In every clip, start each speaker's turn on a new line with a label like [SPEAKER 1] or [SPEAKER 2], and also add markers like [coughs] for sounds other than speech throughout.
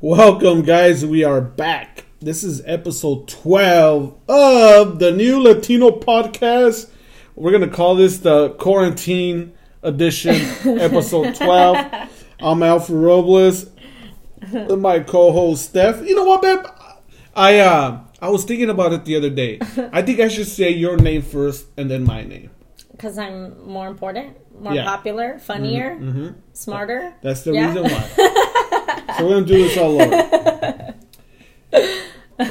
[SPEAKER 1] Welcome, guys. We are back. This is episode 12 of the new Latino podcast. We're going to call this the quarantine edition, episode 12. I'm Alfred Robles. with My co host, Steph. You know what, babe? I, uh, I was thinking about it the other day. I think I should say your name first and then my name.
[SPEAKER 2] Because I'm more important, more
[SPEAKER 1] Yeah. Mm-hmm.
[SPEAKER 2] popular, funnier, smarter.
[SPEAKER 1] That's the
[SPEAKER 2] Yeah.
[SPEAKER 1] reason
[SPEAKER 2] [laughs]
[SPEAKER 1] why. so we're gonna do this all over.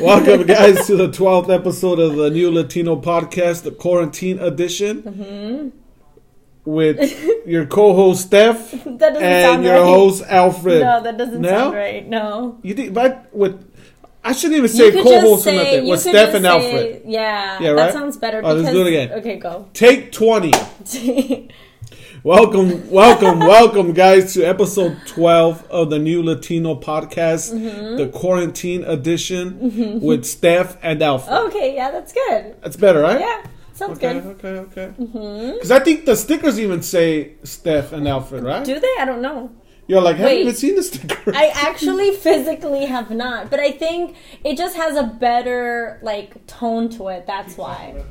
[SPEAKER 1] Welcome, guys, to the twelfth episode of the new Latino podcast, the Quarantine Edition,
[SPEAKER 2] [laughs]
[SPEAKER 1] with your co-host Steph
[SPEAKER 2] Mm-hmm. That doesn't
[SPEAKER 1] and
[SPEAKER 2] sound
[SPEAKER 1] your
[SPEAKER 2] right.
[SPEAKER 1] host Alfred.
[SPEAKER 2] No, that doesn't
[SPEAKER 1] No?
[SPEAKER 2] sound right. No.
[SPEAKER 1] You think, but with I shouldn't even
[SPEAKER 2] You
[SPEAKER 1] say
[SPEAKER 2] could
[SPEAKER 1] co-host or
[SPEAKER 2] just
[SPEAKER 1] nothing.
[SPEAKER 2] you
[SPEAKER 1] With
[SPEAKER 2] could
[SPEAKER 1] Steph
[SPEAKER 2] just
[SPEAKER 1] and
[SPEAKER 2] say-
[SPEAKER 1] Alfred.
[SPEAKER 2] Yeah,
[SPEAKER 1] Yeah, right?
[SPEAKER 2] that sounds better.
[SPEAKER 1] Oh,
[SPEAKER 2] Because,
[SPEAKER 1] let's do it again.
[SPEAKER 2] Okay, go. [laughs]
[SPEAKER 1] Take twenty. Welcome,
[SPEAKER 2] [laughs]
[SPEAKER 1] welcome, welcome, guys, to episode 12 of the new Latino podcast,
[SPEAKER 2] Mm-hmm.
[SPEAKER 1] the quarantine edition with Steph and Alpha.
[SPEAKER 2] okay, yeah, that's good.
[SPEAKER 1] That's better, right?
[SPEAKER 2] Oh, Yeah, sounds
[SPEAKER 1] Okay,
[SPEAKER 2] good. Mm-hmm.
[SPEAKER 1] okay, okay. Because I think the stickers even say Steph and Alfred, right?
[SPEAKER 2] Do they? I don't know.
[SPEAKER 1] You're like, haven't
[SPEAKER 2] Wait.
[SPEAKER 1] even seen the sticker.
[SPEAKER 2] I actually physically have not, but I think it just has a better like tone to it. That's why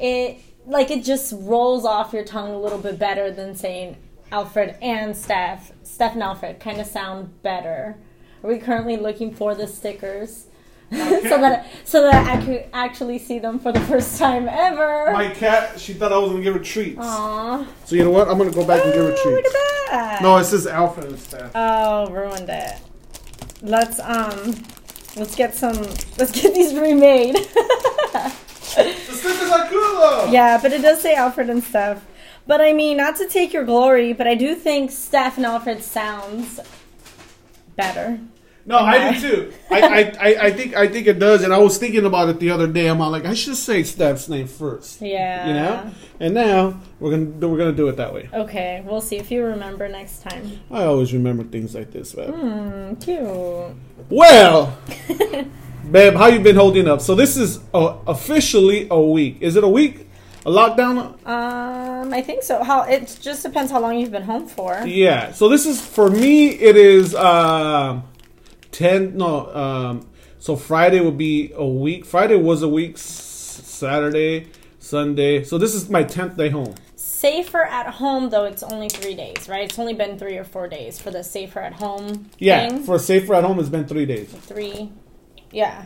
[SPEAKER 2] it like it just rolls off your tongue a little bit better than saying Alfred and Steph. Steph and Alfred kind of sound better. Are we currently looking for the stickers? [laughs] so that so that I could actually see them for the first time ever.
[SPEAKER 1] [laughs] My cat, she thought I was gonna give her treats.
[SPEAKER 2] Aw.
[SPEAKER 1] So you know what? I'm gonna go back and give her
[SPEAKER 2] Oh, look
[SPEAKER 1] treats.
[SPEAKER 2] at that.
[SPEAKER 1] No, it says Alfred and Steph.
[SPEAKER 2] Oh, ruined it. Let's um, let's get some. Let's get these remade. [laughs]
[SPEAKER 1] the stickers are cool though.
[SPEAKER 2] yeah, but it does say Alfred and Steph. But I mean, not to take your glory, but I do think Steph and Alfred sounds better.
[SPEAKER 1] No, I do too. I, I, I, I think I think it does, and I was thinking about it the other day. I'm all like, I should say Steph's name first.
[SPEAKER 2] Yeah.
[SPEAKER 1] You know, and now we're gonna we're gonna do it that way.
[SPEAKER 2] Okay, we'll see if you remember next time.
[SPEAKER 1] I always remember things like this, babe.
[SPEAKER 2] Hmm, cute. [laughs]
[SPEAKER 1] Well, babe, how you been holding up? So this is uh, officially a week. Is it a week? A lockdown?
[SPEAKER 2] Um, I think so. How it just depends how long you've been home for.
[SPEAKER 1] Yeah. So this is for me. It is um, ten. No. Um, so Friday will be a week. Friday was a week. S- Saturday, Sunday. So this is my tenth day home.
[SPEAKER 2] Safer at home though, it's only three days, right? It's only been three or four days for the safer at home.
[SPEAKER 1] Yeah.
[SPEAKER 2] thing.
[SPEAKER 1] For safer at home, it's been three days.
[SPEAKER 2] three. Yeah.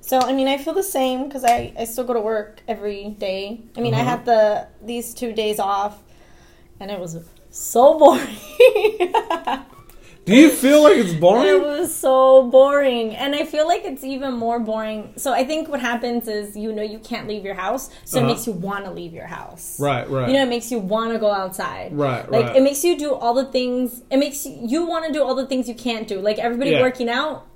[SPEAKER 2] So I mean, I feel the same because I I still go to work every day. I mean, I
[SPEAKER 1] Uh-huh.
[SPEAKER 2] had the these two days off, and it was so boring. [laughs]
[SPEAKER 1] Do you feel like it's
[SPEAKER 2] it
[SPEAKER 1] boring?
[SPEAKER 2] was so boring, and I feel like it's even more boring. So I think what happens is you know you can't leave your house, so
[SPEAKER 1] Uh-huh.
[SPEAKER 2] it makes you want to leave your house.
[SPEAKER 1] Right. Right.
[SPEAKER 2] You know, it makes you want to go outside.
[SPEAKER 1] Right,
[SPEAKER 2] Like
[SPEAKER 1] right.
[SPEAKER 2] it makes you do all the things. It makes you, you want to do all the things you can't do. Like everybody
[SPEAKER 1] Yeah.
[SPEAKER 2] working out,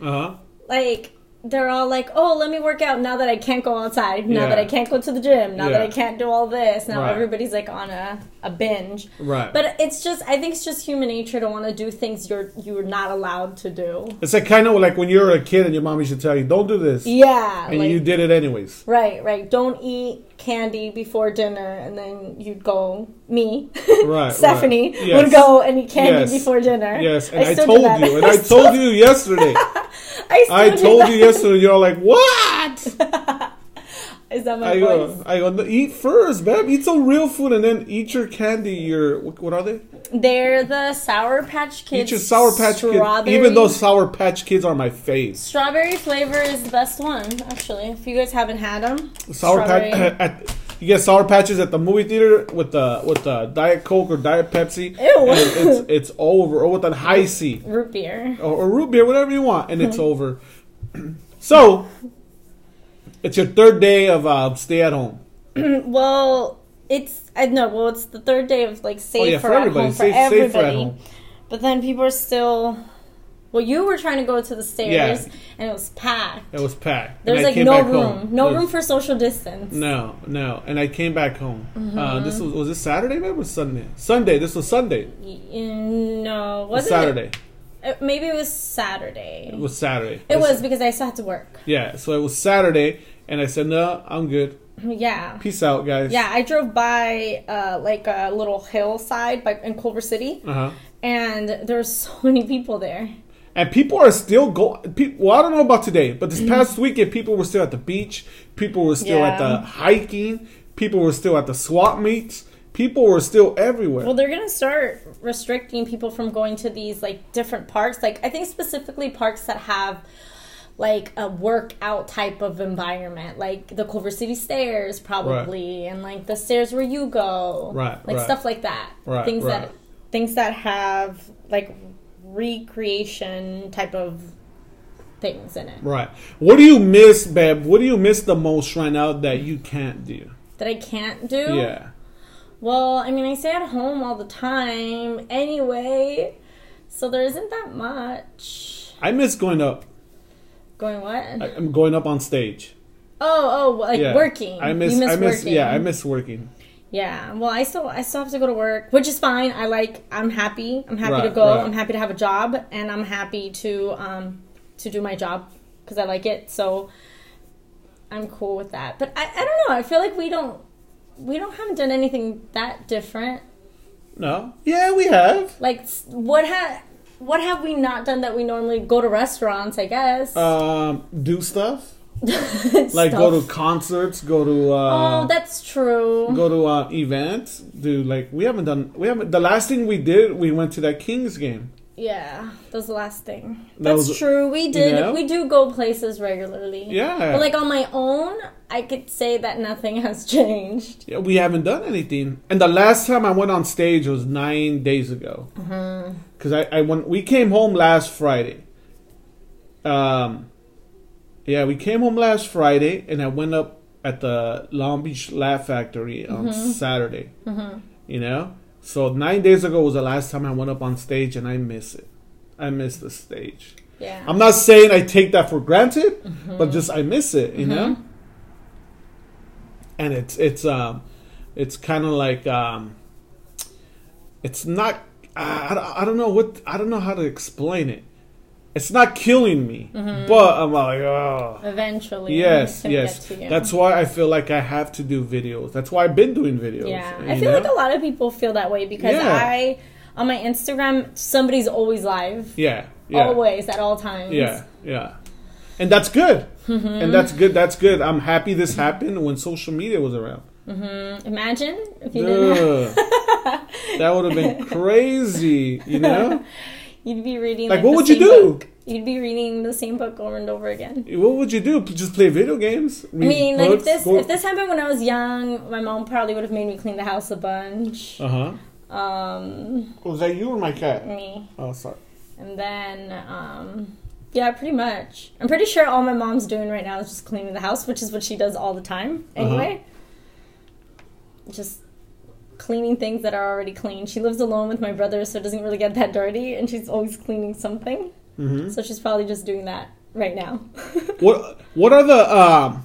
[SPEAKER 1] uh huh.
[SPEAKER 2] like they're all like, "Oh, let me work out now that I can't go outside, now
[SPEAKER 1] Yeah.
[SPEAKER 2] that I can't go to the gym, now that
[SPEAKER 1] Yeah.
[SPEAKER 2] I can't do all this." Now
[SPEAKER 1] Right.
[SPEAKER 2] everybody's like on a, a binge.
[SPEAKER 1] Right.
[SPEAKER 2] But it's just I think it's just human nature to want to do things you're you're not allowed to do.
[SPEAKER 1] it's like kind of like when you're a kid and your mom used to tell you, "Don't do this,"
[SPEAKER 2] Yeah.
[SPEAKER 1] and
[SPEAKER 2] like-
[SPEAKER 1] you did it anyways.
[SPEAKER 2] Right, right. Don't eat candy before dinner, and then you'd go. Me, [laughs]
[SPEAKER 1] right.
[SPEAKER 2] Stephanie
[SPEAKER 1] Yes.
[SPEAKER 2] would go and eat candy
[SPEAKER 1] Yes.
[SPEAKER 2] before dinner.
[SPEAKER 1] Yes, and I,
[SPEAKER 2] still do
[SPEAKER 1] told
[SPEAKER 2] that. [laughs]
[SPEAKER 1] you, and I told you yesterday.
[SPEAKER 2] I, still
[SPEAKER 1] I
[SPEAKER 2] do
[SPEAKER 1] told
[SPEAKER 2] that.
[SPEAKER 1] you yesterday. You're like, what?
[SPEAKER 2] Is that my
[SPEAKER 1] I uh,
[SPEAKER 2] voice?
[SPEAKER 1] go, I go. "No, Eat first, babe. Eat some real food, and then eat your candy. Your what what are they?
[SPEAKER 2] They're the Sour Patch Kids.
[SPEAKER 1] Eat your Sour Patch Kids.
[SPEAKER 2] strawberry-
[SPEAKER 1] Even though Sour Patch Kids are my face.
[SPEAKER 2] strawberry flavor is the best one, actually. If you guys haven't had them,
[SPEAKER 1] Sour Patch. [clears throat] [coughs] At, you get Sour Patches at the movie theater with the with the Diet Coke or Diet Pepsi.
[SPEAKER 2] Ew.
[SPEAKER 1] And
[SPEAKER 2] [laughs]
[SPEAKER 1] it's it's over. Or with that high C
[SPEAKER 2] root beer.
[SPEAKER 1] or, or root beer, whatever you want, and it's
[SPEAKER 2] Hmm.
[SPEAKER 1] over. [clears throat] So, it's your third day of uh, stay at home.
[SPEAKER 2] Well, it's I know. Well, it's the third day of like safe
[SPEAKER 1] Oh, yeah,
[SPEAKER 2] for,
[SPEAKER 1] for
[SPEAKER 2] at
[SPEAKER 1] everybody.
[SPEAKER 2] home for
[SPEAKER 1] Safe-
[SPEAKER 2] everybody.
[SPEAKER 1] safe for at home.
[SPEAKER 2] But then people are still. Well, you were trying to go to the stairs,
[SPEAKER 1] Yeah.
[SPEAKER 2] and it was packed.
[SPEAKER 1] It was packed.
[SPEAKER 2] There's
[SPEAKER 1] And I
[SPEAKER 2] like
[SPEAKER 1] came
[SPEAKER 2] no
[SPEAKER 1] back
[SPEAKER 2] room,
[SPEAKER 1] home.
[SPEAKER 2] no
[SPEAKER 1] There's-
[SPEAKER 2] room for social distance.
[SPEAKER 1] No, no. And I came back home.
[SPEAKER 2] Mm-hmm.
[SPEAKER 1] Uh, this was was this Saturday, maybe was Sunday. Sunday. This was Sunday. It
[SPEAKER 2] Y- No,
[SPEAKER 1] was
[SPEAKER 2] wasn't
[SPEAKER 1] Saturday.
[SPEAKER 2] It, uh, maybe it was Saturday.
[SPEAKER 1] It was Saturday.
[SPEAKER 2] It
[SPEAKER 1] This-
[SPEAKER 2] was because I still had to work.
[SPEAKER 1] Yeah. So it was Saturday, and I said, "No, I'm good.
[SPEAKER 2] Yeah.
[SPEAKER 1] Peace out, guys."
[SPEAKER 2] Yeah, I drove by uh, like a little hillside by, in Culver City,
[SPEAKER 1] Uh huh.
[SPEAKER 2] [laughs] and there were so many people there.
[SPEAKER 1] And people are still going. Pe- well, I don't know about today, but
[SPEAKER 2] Mm-hmm.
[SPEAKER 1] this past weekend, people were still at the beach. People were still at
[SPEAKER 3] Yeah.
[SPEAKER 1] the hiking. People were still at the swap meets. People were still everywhere.
[SPEAKER 2] Well, they're gonna start restricting people from going to these like different parks. Like I think specifically parks that have like a workout type of environment, like the Culver City Stairs, probably, and like the stairs where you go,
[SPEAKER 1] Right,
[SPEAKER 2] Like
[SPEAKER 1] right.
[SPEAKER 2] stuff like that.
[SPEAKER 1] Right,
[SPEAKER 2] Things
[SPEAKER 1] right.
[SPEAKER 2] that things that have like recreation type of things in it.
[SPEAKER 1] right. What do you miss, babe? What do you miss the most right now that you can't do?
[SPEAKER 2] That I can't do.
[SPEAKER 1] Yeah.
[SPEAKER 2] Well, I mean, I stay at home all the time anyway, so there isn't that much.
[SPEAKER 1] I miss going up.
[SPEAKER 2] Going what?
[SPEAKER 1] I- I'm going up on stage.
[SPEAKER 2] oh, oh, like
[SPEAKER 1] Yeah.
[SPEAKER 2] working.
[SPEAKER 1] I miss,
[SPEAKER 2] You miss
[SPEAKER 1] I miss
[SPEAKER 2] working.
[SPEAKER 1] yeah, I miss working.
[SPEAKER 2] Yeah. Well, I still, I still have to go to work, which is fine. I like. I'm happy. I'm happy to
[SPEAKER 1] Right,
[SPEAKER 2] go.
[SPEAKER 1] right.
[SPEAKER 2] I'm happy to have a job, and I'm happy to, um, to do my job because I like it. So, I'm cool with that. But I, I don't know. I feel like we don't, we don't haven't done anything that different.
[SPEAKER 1] No? Yeah, we have.
[SPEAKER 2] Like, s- what ha, what have we not done that we normally go to restaurants? I guess. [laughs]
[SPEAKER 1] Um, do stuff. Like go to concerts, go to uh
[SPEAKER 2] Oh, that's true.
[SPEAKER 1] go to uh events. Do like we haven't done we haven't the last thing we did we went to that Kings game.
[SPEAKER 2] Yeah, that was the last thing.
[SPEAKER 1] That
[SPEAKER 2] That's
[SPEAKER 1] was-
[SPEAKER 2] true. We did.
[SPEAKER 1] Yeah.
[SPEAKER 2] We do go places regularly.
[SPEAKER 1] Yeah.
[SPEAKER 2] But like on my own, I could say that nothing [laughs] has changed.
[SPEAKER 1] Yeah, we haven't done anything. And the last time I went on stage was nine days ago. Because I, I went, we came home last Friday. Um, yeah, we came home last Friday, and I went up at the Long Beach Laugh Factory on Saturday. You know, so nine days ago was the last time I went up on stage, and I miss it. I miss the stage.
[SPEAKER 2] Yeah.
[SPEAKER 1] I'm not saying I take that for granted, but just I miss it, you know.
[SPEAKER 2] Mm-hmm.
[SPEAKER 1] And it's it's um, it's kind of like um, it's not. I, I don't- I don't know what I don't know how to explain it. It's not killing me,
[SPEAKER 2] Mm-hmm.
[SPEAKER 1] but I'm like, oh,
[SPEAKER 2] Eventually. it's
[SPEAKER 1] yes,
[SPEAKER 2] gonna
[SPEAKER 1] yes.
[SPEAKER 2] get to you.
[SPEAKER 1] That's why I feel like I have to do videos. That's why I've been doing videos.
[SPEAKER 2] Yeah.
[SPEAKER 1] you
[SPEAKER 2] I feel
[SPEAKER 1] know?
[SPEAKER 2] like a lot of people feel that way because
[SPEAKER 1] Yeah.
[SPEAKER 2] I, on my Instagram, somebody's always live.
[SPEAKER 1] yeah, yeah.
[SPEAKER 2] Always, at all times.
[SPEAKER 1] Yeah, yeah. And that's good.
[SPEAKER 2] Mm-hmm.
[SPEAKER 1] And that's good. That's good. I'm happy this happened when social media was around.
[SPEAKER 2] Mm, Imagine if you didn't have,
[SPEAKER 1] Ugh. [laughs] that would have been crazy, you
[SPEAKER 2] [laughs]
[SPEAKER 1] know?
[SPEAKER 2] you'd be reading
[SPEAKER 1] Like,
[SPEAKER 2] like,
[SPEAKER 1] what
[SPEAKER 2] the
[SPEAKER 1] would you
[SPEAKER 2] same
[SPEAKER 1] do?
[SPEAKER 2] book. You'd be reading the same book over and over again.
[SPEAKER 1] What would you do? Just play video games?
[SPEAKER 2] I mean, like if this
[SPEAKER 1] Go-
[SPEAKER 2] if this happened when I was young, my mom probably would have made me clean the house a bunch.
[SPEAKER 1] Uh-huh.
[SPEAKER 2] Um,
[SPEAKER 1] Was that you or my cat?
[SPEAKER 2] me,
[SPEAKER 1] Oh, sorry.
[SPEAKER 2] and then um, yeah, pretty much. I'm pretty sure all my mom's doing right now is just cleaning the house, which is what she does all the time
[SPEAKER 1] Uh-huh.
[SPEAKER 2] anyway. Just cleaning things that are already clean. She lives alone with my brother, so it doesn't really get that dirty, and she's always cleaning something.
[SPEAKER 1] Mhm.
[SPEAKER 2] So she's probably just doing that right now.
[SPEAKER 1] What what are the um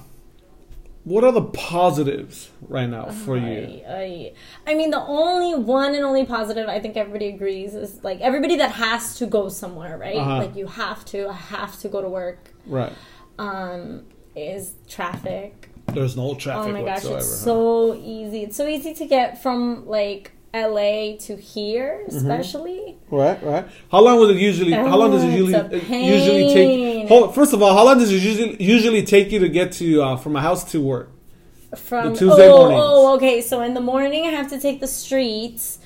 [SPEAKER 1] what are the positives right now for you?
[SPEAKER 2] I, I, I mean, the only one and only positive I think everybody agrees is like everybody that has to go somewhere, right?
[SPEAKER 1] Uh-huh.
[SPEAKER 2] Like you have to, I have to go to work.
[SPEAKER 1] Right.
[SPEAKER 2] Um, is traffic.
[SPEAKER 1] There's no traffic
[SPEAKER 2] oh my gosh,
[SPEAKER 1] whatsoever.
[SPEAKER 2] it's
[SPEAKER 1] huh?
[SPEAKER 2] so easy. It's so easy to get from like LA to here,
[SPEAKER 1] Mm-hmm.
[SPEAKER 2] especially.
[SPEAKER 1] Right, right. How long will it usually? how long does it
[SPEAKER 2] Oh,
[SPEAKER 1] usually
[SPEAKER 2] it's a
[SPEAKER 1] uh, usually
[SPEAKER 2] pain.
[SPEAKER 1] take? Hold, first of all, how long does it usually usually take you to get to uh, from my house to work?
[SPEAKER 2] from
[SPEAKER 1] The Tuesday
[SPEAKER 2] oh,
[SPEAKER 1] mornings.
[SPEAKER 2] oh okay so in the morning i have to take the streets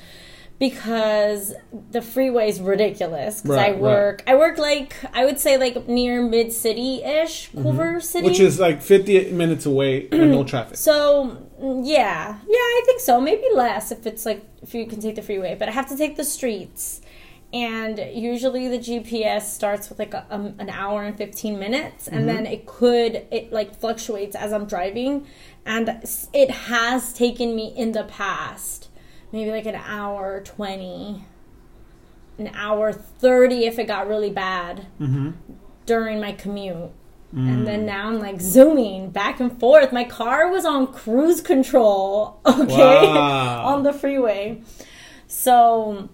[SPEAKER 2] because the freeway is ridiculous because
[SPEAKER 1] Right,
[SPEAKER 2] i
[SPEAKER 1] right.
[SPEAKER 2] work i work like i would say like near mid-city-ish culver
[SPEAKER 1] Mm-hmm.
[SPEAKER 2] city
[SPEAKER 1] Which is like fifty minutes away with
[SPEAKER 2] [clears throat]
[SPEAKER 1] no traffic.
[SPEAKER 2] so mm, yeah yeah i think so maybe less if it's like if you can take the freeway but i have to take the streets and usually the gps starts with like a, um, an hour and 15 minutes and then it could it like fluctuates as i'm driving and s- it has taken me in the past maybe like an hour 20 an hour 30 if it got really bad during my commute and
[SPEAKER 1] Mm.
[SPEAKER 2] then now I'm like zooming back and forth. My car was on cruise control, [laughs] okay,
[SPEAKER 1] Wow.
[SPEAKER 2] on the freeway. So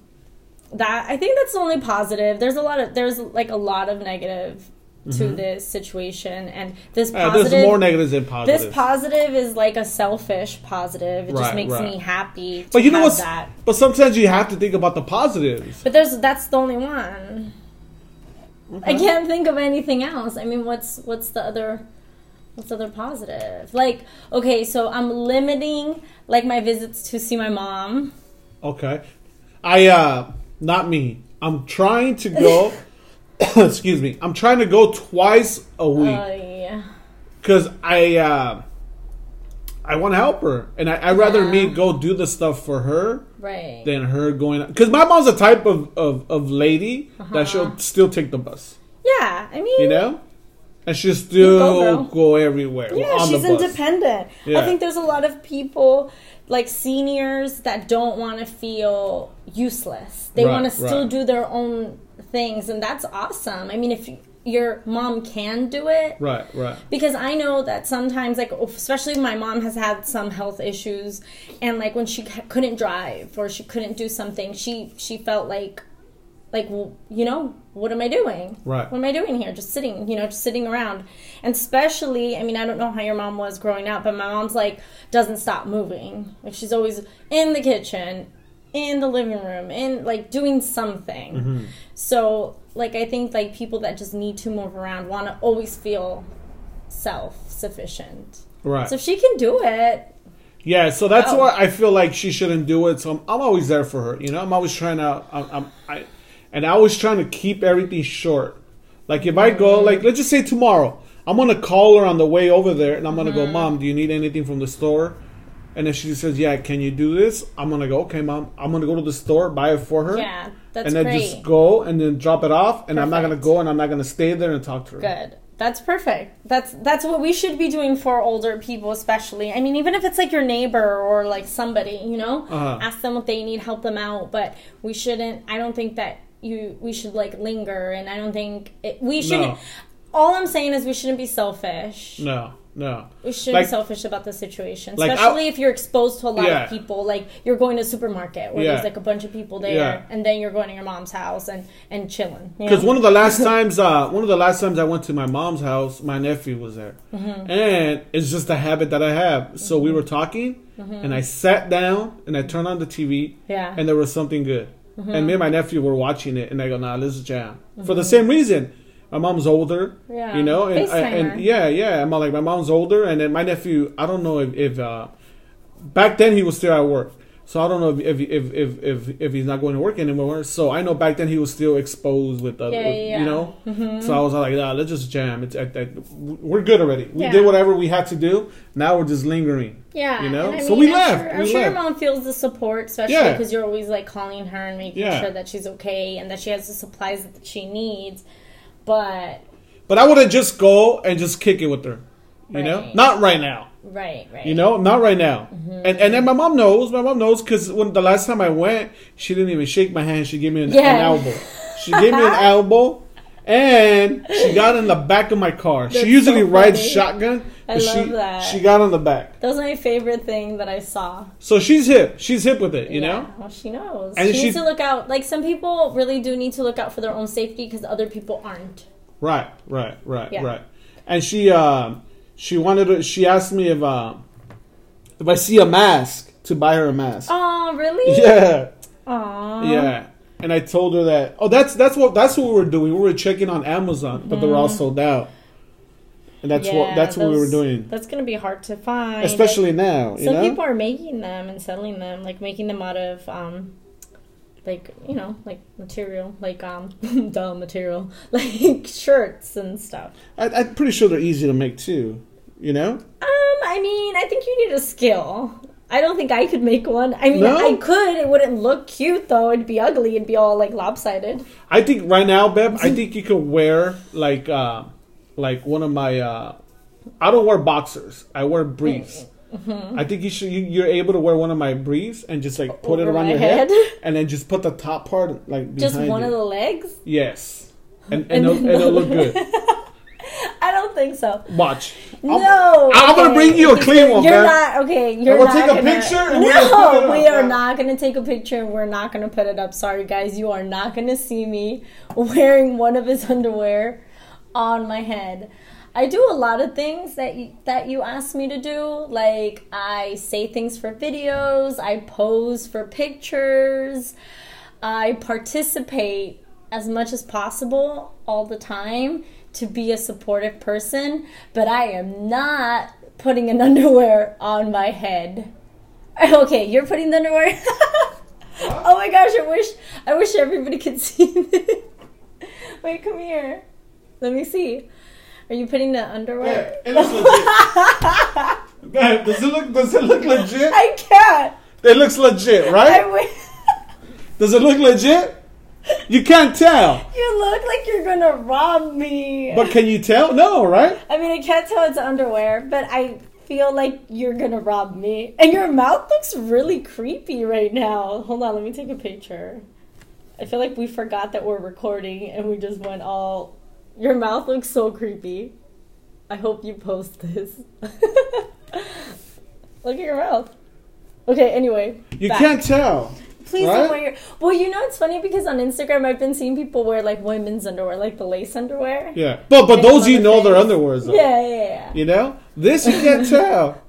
[SPEAKER 2] that I think that's the only positive. There's a lot of there's like a lot of negative to this situation, and this
[SPEAKER 1] Uh,
[SPEAKER 2] positive.
[SPEAKER 1] Mm-hmm. there's more negatives than
[SPEAKER 2] this
[SPEAKER 1] positives.
[SPEAKER 2] positive is like a selfish positive. It
[SPEAKER 1] Right,
[SPEAKER 2] just makes
[SPEAKER 1] right.
[SPEAKER 2] me happy. To
[SPEAKER 1] but you know
[SPEAKER 2] have
[SPEAKER 1] what's?
[SPEAKER 2] That.
[SPEAKER 1] But sometimes you have to think about the positives.
[SPEAKER 2] But there's that's the only one. I can't think of anything else. I mean, what's what's the other what's the other positive? Like, okay, so I'm limiting like my visits to see my mom.
[SPEAKER 1] Okay. I uh not me. I'm trying to go [coughs] excuse me. I'm trying to go twice a
[SPEAKER 2] Oh
[SPEAKER 1] week
[SPEAKER 2] yeah.
[SPEAKER 1] cuz I uh I want to help her and I I rather
[SPEAKER 2] Yeah.
[SPEAKER 1] me go do the stuff for her
[SPEAKER 2] Right.
[SPEAKER 1] than her going cuz my mom's a type of of, of lady
[SPEAKER 2] Uh-huh.
[SPEAKER 1] that she'll still take the bus,
[SPEAKER 2] yeah, I mean
[SPEAKER 1] you know? And she'll still
[SPEAKER 2] girl.
[SPEAKER 1] go, everywhere
[SPEAKER 2] Yeah,
[SPEAKER 1] on
[SPEAKER 2] she's
[SPEAKER 1] the bus.
[SPEAKER 2] independent. I
[SPEAKER 1] Yeah.
[SPEAKER 2] think there's a lot of people, like seniors, that don't want to feel useless. They
[SPEAKER 1] Right,
[SPEAKER 2] want to still
[SPEAKER 1] right.
[SPEAKER 2] do their own things, and that's awesome. I mean, if your mom can do it,
[SPEAKER 1] Right, right.
[SPEAKER 2] because I know that sometimes, like oh, especially if my mom has had some health issues, and like when she c- couldn't drive or she couldn't do something, she she felt like, like w- you know, what am I doing?
[SPEAKER 1] Right.
[SPEAKER 2] What am I doing here? Just sitting, you know, just sitting around. And especially, I mean, I don't know how your mom was growing up, but my mom's like doesn't stop moving. Like she's always in the kitchen, in the living room, in like doing something.
[SPEAKER 1] Mm-hmm.
[SPEAKER 2] So like I think like people that just need to move around want to always feel self sufficient.
[SPEAKER 1] Right.
[SPEAKER 2] So if she can do it,
[SPEAKER 1] Yeah, so that's
[SPEAKER 2] Oh.
[SPEAKER 1] why I feel like she shouldn't do it. So I'm, I'm always there for her. You know, I'm always trying to, I'm, I'm, I, and I always trying to keep everything short. Like if I
[SPEAKER 2] Mm-hmm.
[SPEAKER 1] go, like let's just say tomorrow, I'm gonna call her on the way over there, and I'm gonna
[SPEAKER 2] Mm-hmm.
[SPEAKER 1] go, Mom, do you need anything from the store? And if she says, Yeah, can you do this? I'm gonna go, Okay, Mom, I'm gonna go to the store, buy it for her.
[SPEAKER 2] yeah, that's
[SPEAKER 1] and then
[SPEAKER 2] great.
[SPEAKER 1] just go and then drop it off, and I'm not gonna
[SPEAKER 2] Perfect.
[SPEAKER 1] go and I'm not gonna stay there and talk to her.
[SPEAKER 2] Good. That's perfect. That's that's what we should be doing for older people, especially. I mean, even if it's like your neighbor or like somebody, you know,
[SPEAKER 1] Uh-huh.
[SPEAKER 2] ask them what they need, help them out. But we shouldn't. I don't think that you we should like linger, and I don't think it, we shouldn't. All I'm saying is we shouldn't be selfish.
[SPEAKER 1] No, no.
[SPEAKER 2] We shouldn't
[SPEAKER 1] Like-
[SPEAKER 2] be selfish about the situation,
[SPEAKER 1] Like, I-
[SPEAKER 2] especially if you're exposed to a lot
[SPEAKER 1] Yeah.
[SPEAKER 2] of people. Like you're going to a supermarket where
[SPEAKER 1] Yeah.
[SPEAKER 2] there's like a bunch of people there,
[SPEAKER 1] Yeah.
[SPEAKER 2] and then you're going to your mom's house and and chilling. you
[SPEAKER 1] Because
[SPEAKER 2] know?
[SPEAKER 1] one of the
[SPEAKER 2] [laughs]
[SPEAKER 1] last times, uh, one of the last times I went to my mom's house, my nephew was there,
[SPEAKER 2] Mm-hmm.
[SPEAKER 1] and it's just a habit that I have. So we were talking, and I sat down and I turned on the TV,
[SPEAKER 2] Mm-hmm. Yeah. Mm-hmm.
[SPEAKER 1] and there was something good, and me and my nephew were watching it, and I go, "Nah, this is jam." For the same reason, my mom's older,
[SPEAKER 2] Yeah.
[SPEAKER 1] you know, and, I,
[SPEAKER 2] FaceTime her.
[SPEAKER 1] and yeah, yeah, I'm like my mom's older, and then my nephew, I don't know if, if uh, back then he was still at work. So I don't know if if if if, if, if he's not going to work anymore. So I know back then he was still exposed with, uh,
[SPEAKER 2] Yeah,
[SPEAKER 1] with-
[SPEAKER 2] yeah, Mm-hmm. yeah.
[SPEAKER 1] you know. So I was like, nah, let's just jam. It's I, I, we're good already. We
[SPEAKER 2] Yeah.
[SPEAKER 1] did whatever we had to do. Now we're just lingering.
[SPEAKER 2] Yeah,
[SPEAKER 1] You know?
[SPEAKER 2] and I
[SPEAKER 1] So
[SPEAKER 2] mean,
[SPEAKER 1] we
[SPEAKER 2] I'm
[SPEAKER 1] left,
[SPEAKER 2] Sure,
[SPEAKER 1] we
[SPEAKER 2] I'm sure your
[SPEAKER 1] left.
[SPEAKER 2] mom feels the support, especially
[SPEAKER 1] Yeah.
[SPEAKER 2] because you're always like calling her and making
[SPEAKER 1] Yeah.
[SPEAKER 2] sure that she's okay and that she has the supplies that she needs. But
[SPEAKER 1] But I would just go and just kick it with her. You know,
[SPEAKER 2] Right.
[SPEAKER 1] not right now.
[SPEAKER 2] right, right,
[SPEAKER 1] You know, not right now.
[SPEAKER 2] Mm-hmm.
[SPEAKER 1] And and then my mom knows. My mom knows because when the last time I went, she didn't even shake my hand. She gave me an,
[SPEAKER 2] Yeah.
[SPEAKER 1] an elbow. She gave
[SPEAKER 2] [laughs]
[SPEAKER 1] me an elbow, and she got in the back of my car.
[SPEAKER 2] That's
[SPEAKER 1] she usually
[SPEAKER 2] so
[SPEAKER 1] rides
[SPEAKER 2] funny.
[SPEAKER 1] shotgun.
[SPEAKER 2] I
[SPEAKER 1] but she,
[SPEAKER 2] love that.
[SPEAKER 1] She got on the back.
[SPEAKER 2] that was my favorite thing that I saw.
[SPEAKER 1] So she's hip. She's hip with it. You
[SPEAKER 2] Yeah,
[SPEAKER 1] know.
[SPEAKER 2] well, she knows.
[SPEAKER 1] And
[SPEAKER 2] she,
[SPEAKER 1] she-
[SPEAKER 2] needs to look out. Like some people really do need to look out for their own safety because other people aren't.
[SPEAKER 1] Right. Right. Right.
[SPEAKER 2] Yeah.
[SPEAKER 1] Right. And she um she wanted to, she asked me if um if I see a mask to buy her a mask.
[SPEAKER 2] Oh, really?
[SPEAKER 1] [laughs] Yeah.
[SPEAKER 2] Aw.
[SPEAKER 1] Yeah. And I told her that. Oh, that's that's what that's what we were doing. We were checking on Amazon, but they were all sold out. And that's what
[SPEAKER 2] Mm. Yeah,
[SPEAKER 1] that's what we were
[SPEAKER 2] those-
[SPEAKER 1] doing.
[SPEAKER 2] That's gonna be hard to find,
[SPEAKER 1] Especially now, you
[SPEAKER 2] Some
[SPEAKER 1] know.
[SPEAKER 2] people are making them and selling them, like making them out of um like you know, like material, like um [laughs] dull material, [laughs] like shirts and stuff.
[SPEAKER 1] I, I'm pretty sure they're easy to make too. You know.
[SPEAKER 2] Um, I mean, I think you need a skill. I don't think I could make one. I mean,
[SPEAKER 1] No?
[SPEAKER 2] I could. It wouldn't look cute though. It'd be ugly. It'd be all like lopsided.
[SPEAKER 1] I think right now, Beb, I think you could wear like uh, like one of my. Uh, I don't wear boxers. I wear briefs.
[SPEAKER 2] Mm-hmm.
[SPEAKER 1] I think you should. You, you're able to wear one of my briefs and just like put it
[SPEAKER 2] Over
[SPEAKER 1] around
[SPEAKER 2] my
[SPEAKER 1] your head.
[SPEAKER 2] head?
[SPEAKER 1] and then just put the top part like behind
[SPEAKER 2] Just one
[SPEAKER 1] you.
[SPEAKER 2] of the legs?
[SPEAKER 1] yes, and
[SPEAKER 2] And
[SPEAKER 1] and, it'll,
[SPEAKER 2] then
[SPEAKER 1] and
[SPEAKER 2] the
[SPEAKER 1] it'll
[SPEAKER 2] other-
[SPEAKER 1] look good.
[SPEAKER 2] I don't think so.
[SPEAKER 1] Watch. I'm-
[SPEAKER 2] No,
[SPEAKER 1] I'm gonna
[SPEAKER 2] okay.
[SPEAKER 1] bring you a clean one,
[SPEAKER 2] You're
[SPEAKER 1] man.
[SPEAKER 2] not okay. You're
[SPEAKER 1] we'll
[SPEAKER 2] not
[SPEAKER 1] take a
[SPEAKER 2] gonna,
[SPEAKER 1] picture and we're gonna put it
[SPEAKER 2] no,
[SPEAKER 1] up,
[SPEAKER 2] we are
[SPEAKER 1] man.
[SPEAKER 2] not gonna take a picture and we're not gonna put it up. Sorry, guys, you are not gonna see me wearing one of his [laughs] underwear on my head. I do a lot of things that you, that you ask me to do. Like I say things for videos, I pose for pictures, I participate as much as possible all the time to be a supportive person, but I am not putting an [laughs] underwear on my head. [laughs] Okay, you're putting the underwear. [laughs] oh my gosh, I wish I wish everybody could [laughs] see this. Wait, come here. Let me see. Are you putting the underwear?
[SPEAKER 1] It looks legit. Guys, [laughs] does it look does it look legit?
[SPEAKER 2] I can't.
[SPEAKER 1] It looks legit,
[SPEAKER 2] I
[SPEAKER 1] right?
[SPEAKER 2] wish. [laughs]
[SPEAKER 1] Does it look legit? You can't tell.
[SPEAKER 2] You look like you're gonna rob me.
[SPEAKER 1] But can you tell? No, right?
[SPEAKER 2] I mean, I can't tell it's underwear, but I feel like you're gonna rob me. And your mouth looks really creepy right now. Hold on, let me take a picture. I feel like we forgot that we're recording and we just went all. Your mouth looks so creepy. I hope you post this. [laughs] Look at your mouth. Okay, anyway.
[SPEAKER 1] You
[SPEAKER 2] back.
[SPEAKER 1] can't tell.
[SPEAKER 2] Please don't
[SPEAKER 1] Right?
[SPEAKER 2] wear your. Well, you know it's funny because on Instagram I've been seeing people wear like women's underwear, like the lace underwear.
[SPEAKER 1] Yeah. But but
[SPEAKER 2] It's
[SPEAKER 1] those
[SPEAKER 2] on
[SPEAKER 1] you
[SPEAKER 2] the
[SPEAKER 1] know their
[SPEAKER 2] face.
[SPEAKER 1] underwears though.
[SPEAKER 2] Yeah, yeah,
[SPEAKER 1] You know? This you can't
[SPEAKER 2] [laughs]
[SPEAKER 1] tell.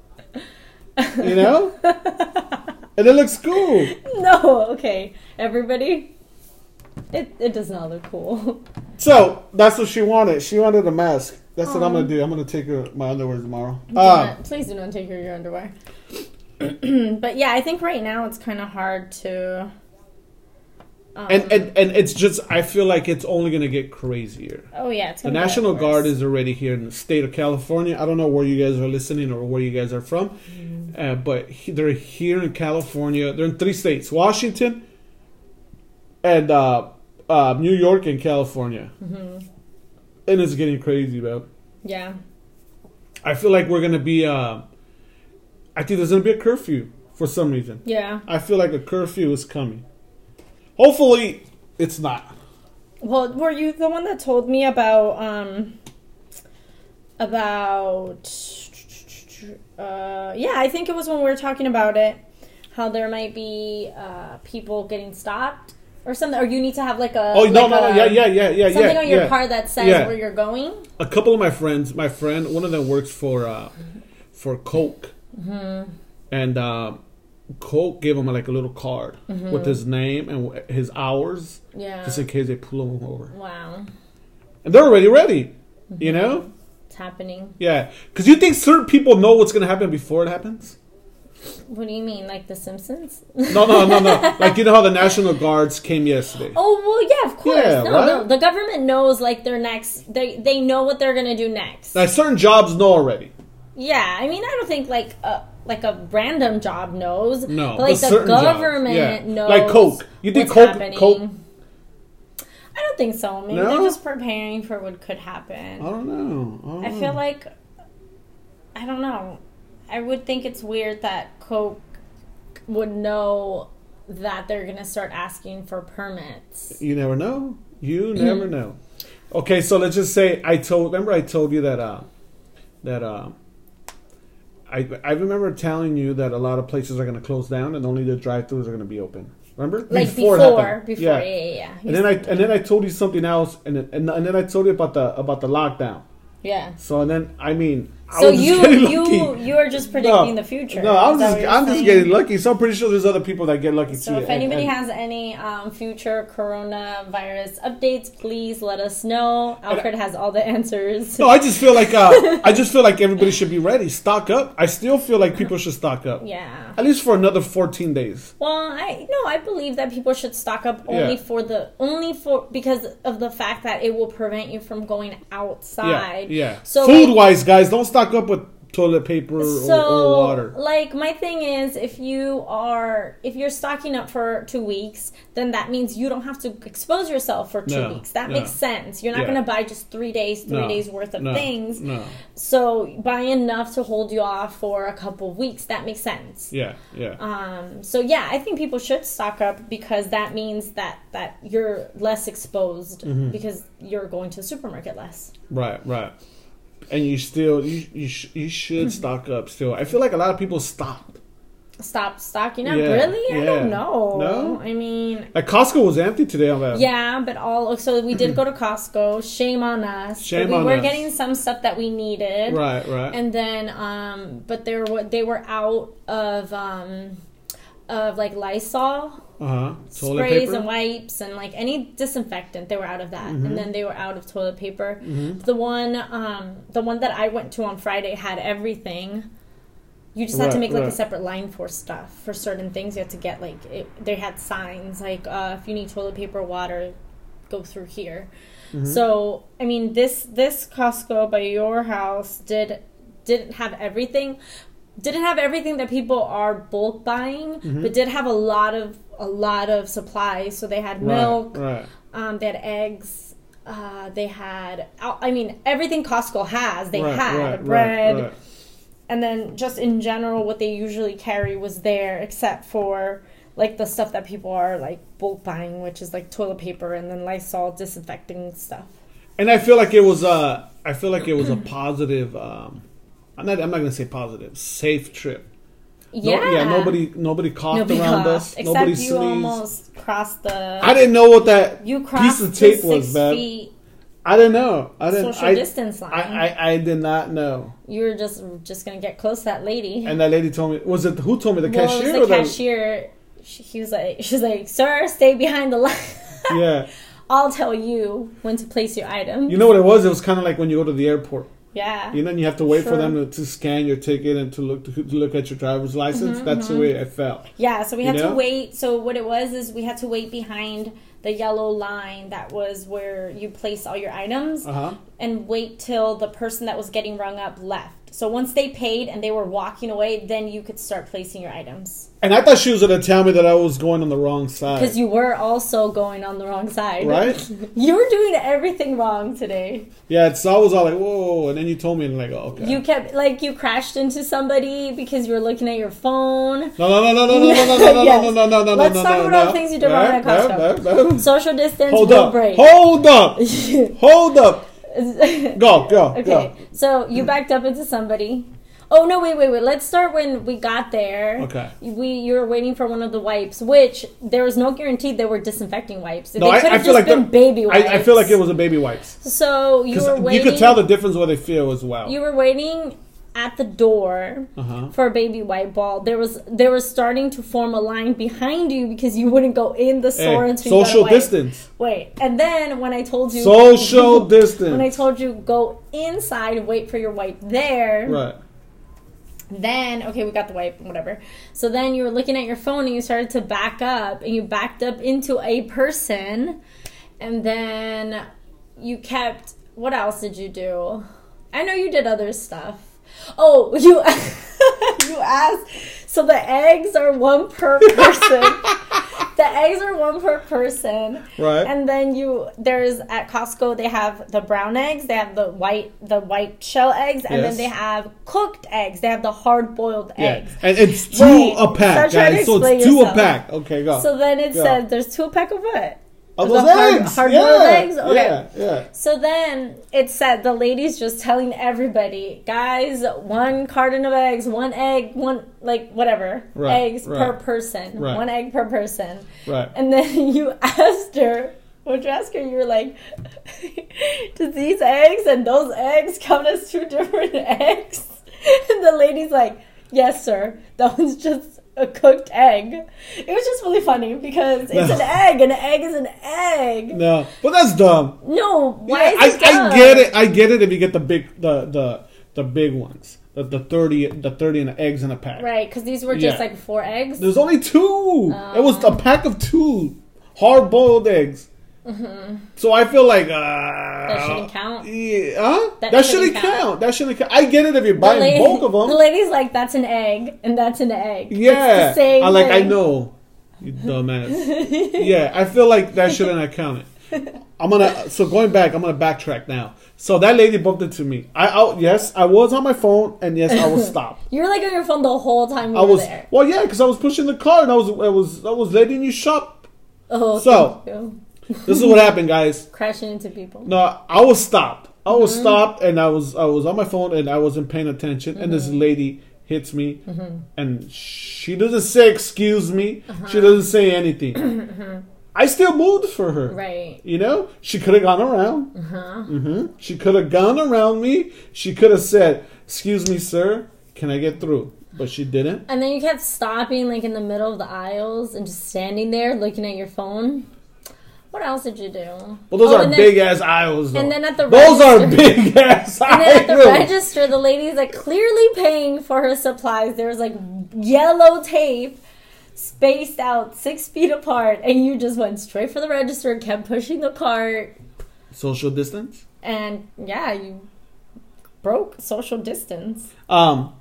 [SPEAKER 1] You know?
[SPEAKER 2] [laughs]
[SPEAKER 1] And it looks cool.
[SPEAKER 2] yeah. [laughs] No, okay, everybody. It it does not look cool. [laughs]
[SPEAKER 1] So that's what she wanted. She wanted a mask. That's what I'm
[SPEAKER 2] Aw.
[SPEAKER 1] gonna do. I'm gonna take her my underwear tomorrow.
[SPEAKER 2] Do
[SPEAKER 1] Um,
[SPEAKER 2] not- please do not take your, your underwear. [clears throat] but yeah, I think right now it's kind of hard to. Um,
[SPEAKER 1] and, and and it's just I feel like it's only gonna get crazier.
[SPEAKER 2] oh yeah, it's
[SPEAKER 1] The
[SPEAKER 2] gonna get
[SPEAKER 1] National
[SPEAKER 2] worse.
[SPEAKER 1] Guard is already here in the state of California. I don't know where you guys are listening or where you guys are from, uh, but he, they're here in California. They're in three states: Washington, and uh, uh, New York, and California. And it's getting crazy, man.
[SPEAKER 2] Yeah,
[SPEAKER 1] I feel like we're gonna be. Uh, I think there's gonna be a curfew for some reason.
[SPEAKER 2] yeah.
[SPEAKER 1] I feel like a curfew is coming. Hopefully, it's not.
[SPEAKER 2] Well, were you the one that told me about um about uh yeah, I think it was when we were talking about it how there might be uh people getting stopped or something or you need to have like a
[SPEAKER 1] Oh no,
[SPEAKER 2] like
[SPEAKER 1] no,
[SPEAKER 2] a-
[SPEAKER 1] yeah, yeah, yeah, yeah,
[SPEAKER 2] something
[SPEAKER 1] yeah,
[SPEAKER 2] on your
[SPEAKER 1] yeah.
[SPEAKER 2] car that says
[SPEAKER 1] yeah.
[SPEAKER 2] where you're going.
[SPEAKER 1] a couple of my friends, my friend, one of them works for uh, for Coke,
[SPEAKER 2] Mm-hmm.
[SPEAKER 1] and uh, Coke gave him like a little card
[SPEAKER 2] Mm-hmm.
[SPEAKER 1] with his name and w- his hours,
[SPEAKER 2] Yeah.
[SPEAKER 1] just in case they pull him over.
[SPEAKER 2] Wow.
[SPEAKER 1] And they're already ready, you
[SPEAKER 2] Mm-hmm.
[SPEAKER 1] know?
[SPEAKER 2] It's happening.
[SPEAKER 1] Yeah, because you think certain people know what's gonna happen before it happens.
[SPEAKER 2] What do you mean like the Simpsons?
[SPEAKER 1] No, no, no,
[SPEAKER 2] [laughs]
[SPEAKER 1] no. like you know how the National Guards came yesterday.
[SPEAKER 2] Oh well, yeah, of course.
[SPEAKER 1] Yeah,
[SPEAKER 2] no,
[SPEAKER 1] right?
[SPEAKER 2] no, the government knows like their next. They they know what they're gonna do next.
[SPEAKER 1] Like certain jobs know already.
[SPEAKER 2] Yeah, I mean, I don't think like a like a random job knows.
[SPEAKER 1] No,
[SPEAKER 2] but like
[SPEAKER 1] but
[SPEAKER 2] the
[SPEAKER 1] certain jobs,
[SPEAKER 2] government
[SPEAKER 1] yeah.
[SPEAKER 2] knows.
[SPEAKER 1] Like Coke. You think
[SPEAKER 2] what's
[SPEAKER 1] Coke-
[SPEAKER 2] happening.
[SPEAKER 1] Coke-
[SPEAKER 2] I don't think so. Maybe
[SPEAKER 1] No? Oh.
[SPEAKER 2] they're just preparing for what could happen.
[SPEAKER 1] I don't know.
[SPEAKER 2] I feel like I don't know. I would think it's weird that Coke would know that they're gonna start asking for permits.
[SPEAKER 1] You never know. You
[SPEAKER 2] Mm-hmm.
[SPEAKER 1] never know. Okay, so let's just say I told. Remember, I told you that uh, that uh, I I remember telling you that a lot of places are going to close down and only the drive-throughs are going to be open. Remember?
[SPEAKER 2] Like before,
[SPEAKER 1] it
[SPEAKER 2] before,
[SPEAKER 1] happened.
[SPEAKER 2] yeah, yeah, yeah.
[SPEAKER 1] And then I and then I told you something else, and then, and, and then I told you about the about the lockdown.
[SPEAKER 2] yeah.
[SPEAKER 1] So and then I mean, I
[SPEAKER 2] So
[SPEAKER 1] was just
[SPEAKER 2] you
[SPEAKER 1] getting
[SPEAKER 2] you
[SPEAKER 1] lucky.
[SPEAKER 2] you are just predicting the future.
[SPEAKER 1] No, I'm
[SPEAKER 2] Is that
[SPEAKER 1] just
[SPEAKER 2] what you're
[SPEAKER 1] I'm just
[SPEAKER 2] saying?
[SPEAKER 1] getting lucky. So I'm pretty sure there's other people that get lucky too.
[SPEAKER 2] So if
[SPEAKER 1] and-
[SPEAKER 2] anybody
[SPEAKER 1] and-
[SPEAKER 2] has any um, future coronavirus updates, please let us know. Alfred has all the [laughs] answers.
[SPEAKER 1] No, I just feel like uh, I just feel like everybody should be ready. Stock up. I still feel like people should stock up.
[SPEAKER 2] Yeah.
[SPEAKER 1] At least for another 14 days.
[SPEAKER 2] Well, I no, I believe that people should stock up only
[SPEAKER 1] Yeah.
[SPEAKER 2] for the only for because of the fact that it will prevent you from going outside.
[SPEAKER 1] Yeah. yeah.
[SPEAKER 2] So
[SPEAKER 1] Food
[SPEAKER 2] like,
[SPEAKER 1] wise, guys, don't stock up with toilet paper
[SPEAKER 2] so
[SPEAKER 1] or, or water.
[SPEAKER 2] like my thing is if you are if you're stocking up for two weeks then that means you don't have to expose yourself for two
[SPEAKER 1] No,
[SPEAKER 2] weeks that
[SPEAKER 1] no.
[SPEAKER 2] makes sense you're not
[SPEAKER 1] Yeah.
[SPEAKER 2] going to buy just three days three
[SPEAKER 1] No,
[SPEAKER 2] days worth of
[SPEAKER 1] no,
[SPEAKER 2] things
[SPEAKER 1] No.
[SPEAKER 2] so buy enough to hold you off for a couple of weeks that makes sense
[SPEAKER 1] Yeah. Yeah.
[SPEAKER 2] um, so yeah i think people should stock up because that means that that you're less exposed
[SPEAKER 1] Mm-hmm.
[SPEAKER 2] because you're going to the supermarket less
[SPEAKER 1] right. Right. And you still you you, sh- you should
[SPEAKER 2] Mm-hmm.
[SPEAKER 1] stock up still. I feel like a lot of people stopped.
[SPEAKER 2] stop stocking up
[SPEAKER 1] Yeah,
[SPEAKER 2] really i don't
[SPEAKER 1] yeah.
[SPEAKER 2] know
[SPEAKER 1] No?
[SPEAKER 2] i mean
[SPEAKER 1] Like Costco was empty today. I'm like,
[SPEAKER 2] Yeah, but all so we did go to Costco. Shame on us.
[SPEAKER 1] Shame
[SPEAKER 2] but we
[SPEAKER 1] on
[SPEAKER 2] were
[SPEAKER 1] us.
[SPEAKER 2] getting some stuff that we needed.
[SPEAKER 1] Right. Right.
[SPEAKER 2] And then um but there were they were out of um of like Lysol
[SPEAKER 1] Uh huh. Toilet
[SPEAKER 2] sprays
[SPEAKER 1] paper. Mm-hmm.
[SPEAKER 2] and wipes and like any disinfectant they were out of that and then they were out of toilet paper the one um the one that i went to on friday had everything you just had to
[SPEAKER 1] Right,
[SPEAKER 2] make like a
[SPEAKER 1] right.
[SPEAKER 2] separate line for stuff for certain things you had to get like it, they had signs like uh, if you need toilet paper water go through here
[SPEAKER 1] Mm-hmm.
[SPEAKER 2] so i mean this this costco by your house did didn't have everything didn't have everything that people are bulk buying
[SPEAKER 1] Mm-hmm.
[SPEAKER 2] but did have a lot of a lot of supplies so they had
[SPEAKER 1] Right,
[SPEAKER 2] milk
[SPEAKER 1] Right.
[SPEAKER 2] um, they had eggs uh, they had i mean everything costco has they
[SPEAKER 1] right,
[SPEAKER 2] had
[SPEAKER 1] right,
[SPEAKER 2] bread
[SPEAKER 1] Right, right.
[SPEAKER 2] and then just in general what they usually carry was there except for like the stuff that people are like bulk buying which is like toilet paper and then lysol disinfecting stuff
[SPEAKER 1] And I feel like it was a. I feel like it was a positive. Um, I'm not. I'm not gonna say positive. Safe trip. No-
[SPEAKER 2] yeah
[SPEAKER 1] yeah. Nobody. Nobody coughed
[SPEAKER 2] Nobody
[SPEAKER 1] around
[SPEAKER 2] coughed,
[SPEAKER 1] us.
[SPEAKER 2] except
[SPEAKER 1] nobody
[SPEAKER 2] you
[SPEAKER 1] sneezed.
[SPEAKER 2] almost crossed the
[SPEAKER 1] I didn't know what that
[SPEAKER 2] you crossed
[SPEAKER 1] piece of
[SPEAKER 2] the
[SPEAKER 1] tape
[SPEAKER 2] six
[SPEAKER 1] was, man.
[SPEAKER 2] feet
[SPEAKER 1] I didn't know. I didn't.
[SPEAKER 2] social
[SPEAKER 1] I,
[SPEAKER 2] distance line
[SPEAKER 1] I, I I did not know.
[SPEAKER 2] you were just just gonna get close to that lady
[SPEAKER 1] And that lady told me. Was it who told me the
[SPEAKER 2] well,
[SPEAKER 1] cashier?
[SPEAKER 2] it was
[SPEAKER 1] or
[SPEAKER 2] the cashier she, he was like [laughs] she's like sir stay behind the line [laughs]
[SPEAKER 1] The, yeah.
[SPEAKER 2] i'll tell you when to place your item
[SPEAKER 1] You know what it was? It was kind of like when you go to the airport.
[SPEAKER 2] yeah
[SPEAKER 1] You know, and you have to wait for
[SPEAKER 2] Sure.
[SPEAKER 1] them to, to scan your ticket and to look to, to look at your driver's license.
[SPEAKER 2] Mm-hmm,
[SPEAKER 1] That's the way it felt.
[SPEAKER 2] Yeah, so we
[SPEAKER 1] You
[SPEAKER 2] had
[SPEAKER 1] know?
[SPEAKER 2] to wait. So what it was is we had to wait behind the yellow line that was where you place all your items
[SPEAKER 1] Uh huh.
[SPEAKER 2] and wait till the person that was getting rung up left. So once they paid and they were walking away, then you could start placing your items.
[SPEAKER 1] And I thought she was gonna tell me that I was going on the wrong side.
[SPEAKER 2] Because you were also going on the wrong side.
[SPEAKER 1] Right?
[SPEAKER 2] [laughs] you were doing everything wrong today.
[SPEAKER 1] Yeah, it's I was all like, whoa, and then you told me, and like, oh, okay.
[SPEAKER 2] You kept, like, you crashed into somebody because you were looking at your phone.
[SPEAKER 1] no, no, no, no, no, no, no, no, no,
[SPEAKER 2] Yes.
[SPEAKER 1] no, no, no, no,
[SPEAKER 2] Let's
[SPEAKER 1] no,
[SPEAKER 2] talk
[SPEAKER 1] no,
[SPEAKER 2] about
[SPEAKER 1] no.
[SPEAKER 2] things you did wrong at
[SPEAKER 1] Yeah,
[SPEAKER 2] Costco.
[SPEAKER 1] yeah, yeah.
[SPEAKER 2] Social distance,
[SPEAKER 1] Hold
[SPEAKER 2] rule
[SPEAKER 1] up!
[SPEAKER 2] break.
[SPEAKER 1] Hold
[SPEAKER 2] [laughs]
[SPEAKER 1] up! Hold up! Go, go,
[SPEAKER 2] Okay,
[SPEAKER 1] go.
[SPEAKER 2] so
[SPEAKER 1] Hmm.
[SPEAKER 2] you backed up into somebody. Oh no! Wait, wait, wait. Let's start when we got there.
[SPEAKER 1] Okay.
[SPEAKER 2] We you were waiting for one of the wipes, which there was no guarantee they were disinfecting wipes.
[SPEAKER 1] No,
[SPEAKER 2] they
[SPEAKER 1] I,
[SPEAKER 2] could
[SPEAKER 1] I
[SPEAKER 2] have
[SPEAKER 1] feel like
[SPEAKER 2] just been
[SPEAKER 1] the-
[SPEAKER 2] baby wipes.
[SPEAKER 1] I, I feel like it was a baby wipes.
[SPEAKER 2] So you were
[SPEAKER 1] Because
[SPEAKER 2] waiting.
[SPEAKER 1] you could tell the difference what they feel as well.
[SPEAKER 2] you were waiting at the door
[SPEAKER 1] Uh-huh.
[SPEAKER 2] for a baby wipe ball. There was there was starting to form a line behind you because you wouldn't go in the store
[SPEAKER 1] Hey,
[SPEAKER 2] until you got a
[SPEAKER 1] social
[SPEAKER 2] wipe.
[SPEAKER 1] distance.
[SPEAKER 2] Wait, and then when I told you
[SPEAKER 1] Social
[SPEAKER 2] [laughs] when I
[SPEAKER 1] distance.
[SPEAKER 2] told you go inside and wait for your wipe there.
[SPEAKER 1] Right.
[SPEAKER 2] Then, okay, we got the wipe, whatever. So then you were looking at your phone and you started to back up and you backed up into a person. And then you kept, what else did you do? I know you did other stuff. Oh, [laughs] you you asked. So the eggs are
[SPEAKER 1] [laughs]
[SPEAKER 2] one per person. the eggs are one per person.
[SPEAKER 1] Right.
[SPEAKER 2] And then you there's at Costco they have the brown eggs, they have the white the white shell eggs, and
[SPEAKER 1] Yes.
[SPEAKER 2] then they have cooked eggs. They have the hard boiled
[SPEAKER 1] Yeah.
[SPEAKER 2] eggs.
[SPEAKER 1] And it's two
[SPEAKER 2] Wait,
[SPEAKER 1] a pack,
[SPEAKER 2] stop trying to
[SPEAKER 1] guys. So
[SPEAKER 2] explain
[SPEAKER 1] it's two a
[SPEAKER 2] yourself.
[SPEAKER 1] pack. Okay, go.
[SPEAKER 2] So then it
[SPEAKER 1] Yeah.
[SPEAKER 2] said there's two a pack of what?
[SPEAKER 1] Of
[SPEAKER 2] the
[SPEAKER 1] those
[SPEAKER 2] hard-
[SPEAKER 1] eggs.
[SPEAKER 2] hard-boiled
[SPEAKER 1] yeah.
[SPEAKER 2] eggs? Okay.
[SPEAKER 1] Yeah, yeah.
[SPEAKER 2] So then it said the lady's just telling everybody, guys, one carton of eggs, one egg, one like whatever
[SPEAKER 1] Right,
[SPEAKER 2] eggs per
[SPEAKER 1] right,
[SPEAKER 2] person,
[SPEAKER 1] right.
[SPEAKER 2] one egg per person.
[SPEAKER 1] Right.
[SPEAKER 2] And then [laughs] you asked her, what you asked her, you were like, [laughs] does these eggs and those eggs count as two different [laughs] eggs? And the lady's like, yes, sir. That one's just a cooked egg. It was just really funny because
[SPEAKER 1] [laughs]
[SPEAKER 2] it's an egg, and an egg is an egg.
[SPEAKER 1] No, but that's dumb.
[SPEAKER 2] No, why
[SPEAKER 1] Yeah,
[SPEAKER 2] is it
[SPEAKER 1] I,
[SPEAKER 2] dumb?
[SPEAKER 1] I get it. I get it if you get the big, the the the big ones, the the thirty, the thirty and the eggs in a pack.
[SPEAKER 2] Right, because these were just
[SPEAKER 1] Yeah.
[SPEAKER 2] like four eggs.
[SPEAKER 1] There's only two. it was
[SPEAKER 2] Oh.
[SPEAKER 1] a pack of two hard boiled eggs. So I feel like uh, that
[SPEAKER 2] Mm-hmm. shouldn't count.
[SPEAKER 1] Yeah, huh? That, shouldn't
[SPEAKER 2] That shouldn't
[SPEAKER 1] count.
[SPEAKER 2] count.
[SPEAKER 1] That shouldn't count. I get it if you're buying
[SPEAKER 2] la-
[SPEAKER 1] bulk
[SPEAKER 2] [laughs]
[SPEAKER 1] of them.
[SPEAKER 2] The lady's like, that's an egg, and that's an egg. It's the
[SPEAKER 1] yeah,
[SPEAKER 2] same
[SPEAKER 1] I like. I
[SPEAKER 2] thing.
[SPEAKER 1] know, you dumbass. yeah, I feel like that shouldn't have counted. I'm gonna. So going back, I'm gonna backtrack now. So that lady bumped into me. I out. Yes, I was on my phone, and yes, I was
[SPEAKER 2] [laughs]
[SPEAKER 1] stopped.
[SPEAKER 2] You were like on your phone the whole time we
[SPEAKER 1] I
[SPEAKER 2] were
[SPEAKER 1] was
[SPEAKER 2] there.
[SPEAKER 1] well, yeah, because I was pushing the car, and I was, I was, I was letting you shop.
[SPEAKER 2] Oh,
[SPEAKER 1] So-
[SPEAKER 2] thank you.
[SPEAKER 1] This is what happened, guys.
[SPEAKER 2] crashing into people.
[SPEAKER 1] No, I was stopped. I was
[SPEAKER 2] Mm-hmm.
[SPEAKER 1] stopped, and I was I was on my phone, and I wasn't paying attention. And this
[SPEAKER 2] Mm-hmm.
[SPEAKER 1] lady hits me, and she doesn't say excuse me.
[SPEAKER 2] Uh-huh.
[SPEAKER 1] She doesn't say
[SPEAKER 2] [clears throat]
[SPEAKER 1] anything. I still moved for her.
[SPEAKER 2] Mm-hmm. Right. Uh-huh.
[SPEAKER 1] You know, she could have gone around. hmm She could have gone around me. She could have said, "Excuse me, sir, can I get through?" but she didn't.
[SPEAKER 2] And then you kept stopping like in the middle of the aisles and just standing there looking at your phone. What else did you do?
[SPEAKER 1] Well, those
[SPEAKER 2] Oh,
[SPEAKER 1] are
[SPEAKER 2] and then-
[SPEAKER 1] big ass aisles. Though.
[SPEAKER 2] and then at the
[SPEAKER 1] those are
[SPEAKER 2] register-
[SPEAKER 1] big ass
[SPEAKER 2] And then at the
[SPEAKER 1] aisles.
[SPEAKER 2] register, the lady's like clearly paying for her supplies. There was like yellow tape spaced out six feet apart, and you just went straight for the register, kept pushing the cart,
[SPEAKER 1] Social distance.
[SPEAKER 2] and yeah, you broke social distance.
[SPEAKER 1] Um,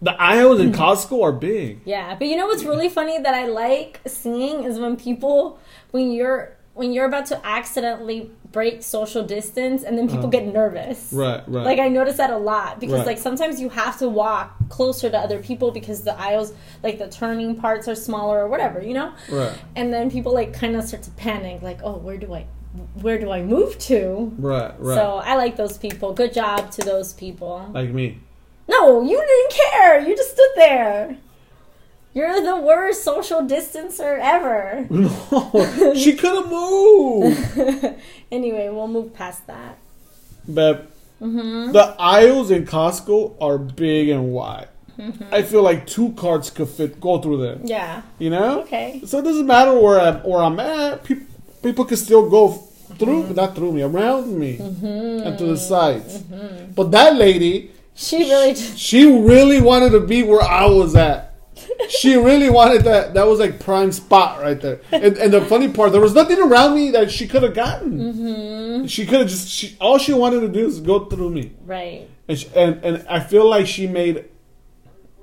[SPEAKER 1] the aisles
[SPEAKER 2] Mm.
[SPEAKER 1] in Costco are big.
[SPEAKER 2] Yeah, but you know what's really funny that I like seeing is when people when you're when you're about to accidentally break social distance and then people
[SPEAKER 1] Uh-huh.
[SPEAKER 2] get nervous.
[SPEAKER 1] Right, right.
[SPEAKER 2] Like I notice that a lot because
[SPEAKER 1] Right.
[SPEAKER 2] like sometimes you have to walk closer to other people because the aisles like the turning parts are smaller or whatever, you know?
[SPEAKER 1] right,
[SPEAKER 2] And then people like kind of start to panic like, "Oh, where do I where do I move to?"
[SPEAKER 1] right, right.
[SPEAKER 2] So I like those people. Good job to those people.
[SPEAKER 1] like
[SPEAKER 2] [laughs]
[SPEAKER 1] me.
[SPEAKER 2] No, you didn't care. You just stood there. You're the worst social distancer ever. [laughs]
[SPEAKER 1] No, she could have moved.
[SPEAKER 2] anyway, we'll move past that.
[SPEAKER 1] But
[SPEAKER 2] Mm-hmm.
[SPEAKER 1] the aisles in Costco are big and wide. I feel like two carts could fit go through there.
[SPEAKER 2] Mm-hmm. Yeah.
[SPEAKER 1] You know.
[SPEAKER 2] Okay.
[SPEAKER 1] So it doesn't matter where I'm, where I'm at. People, people can still go through,
[SPEAKER 2] Mm-hmm.
[SPEAKER 1] not through me, around me, and to the sides.
[SPEAKER 2] Mm-hmm.
[SPEAKER 1] But that lady,
[SPEAKER 2] She really just.
[SPEAKER 1] she really wanted to be where I was at. She really wanted that. That was like prime spot right there. And, and the funny part, there was nothing around me that she could have gotten. She could have just. She, all she wanted to do is go through me,
[SPEAKER 2] Right.
[SPEAKER 1] and, she, and and I feel like she made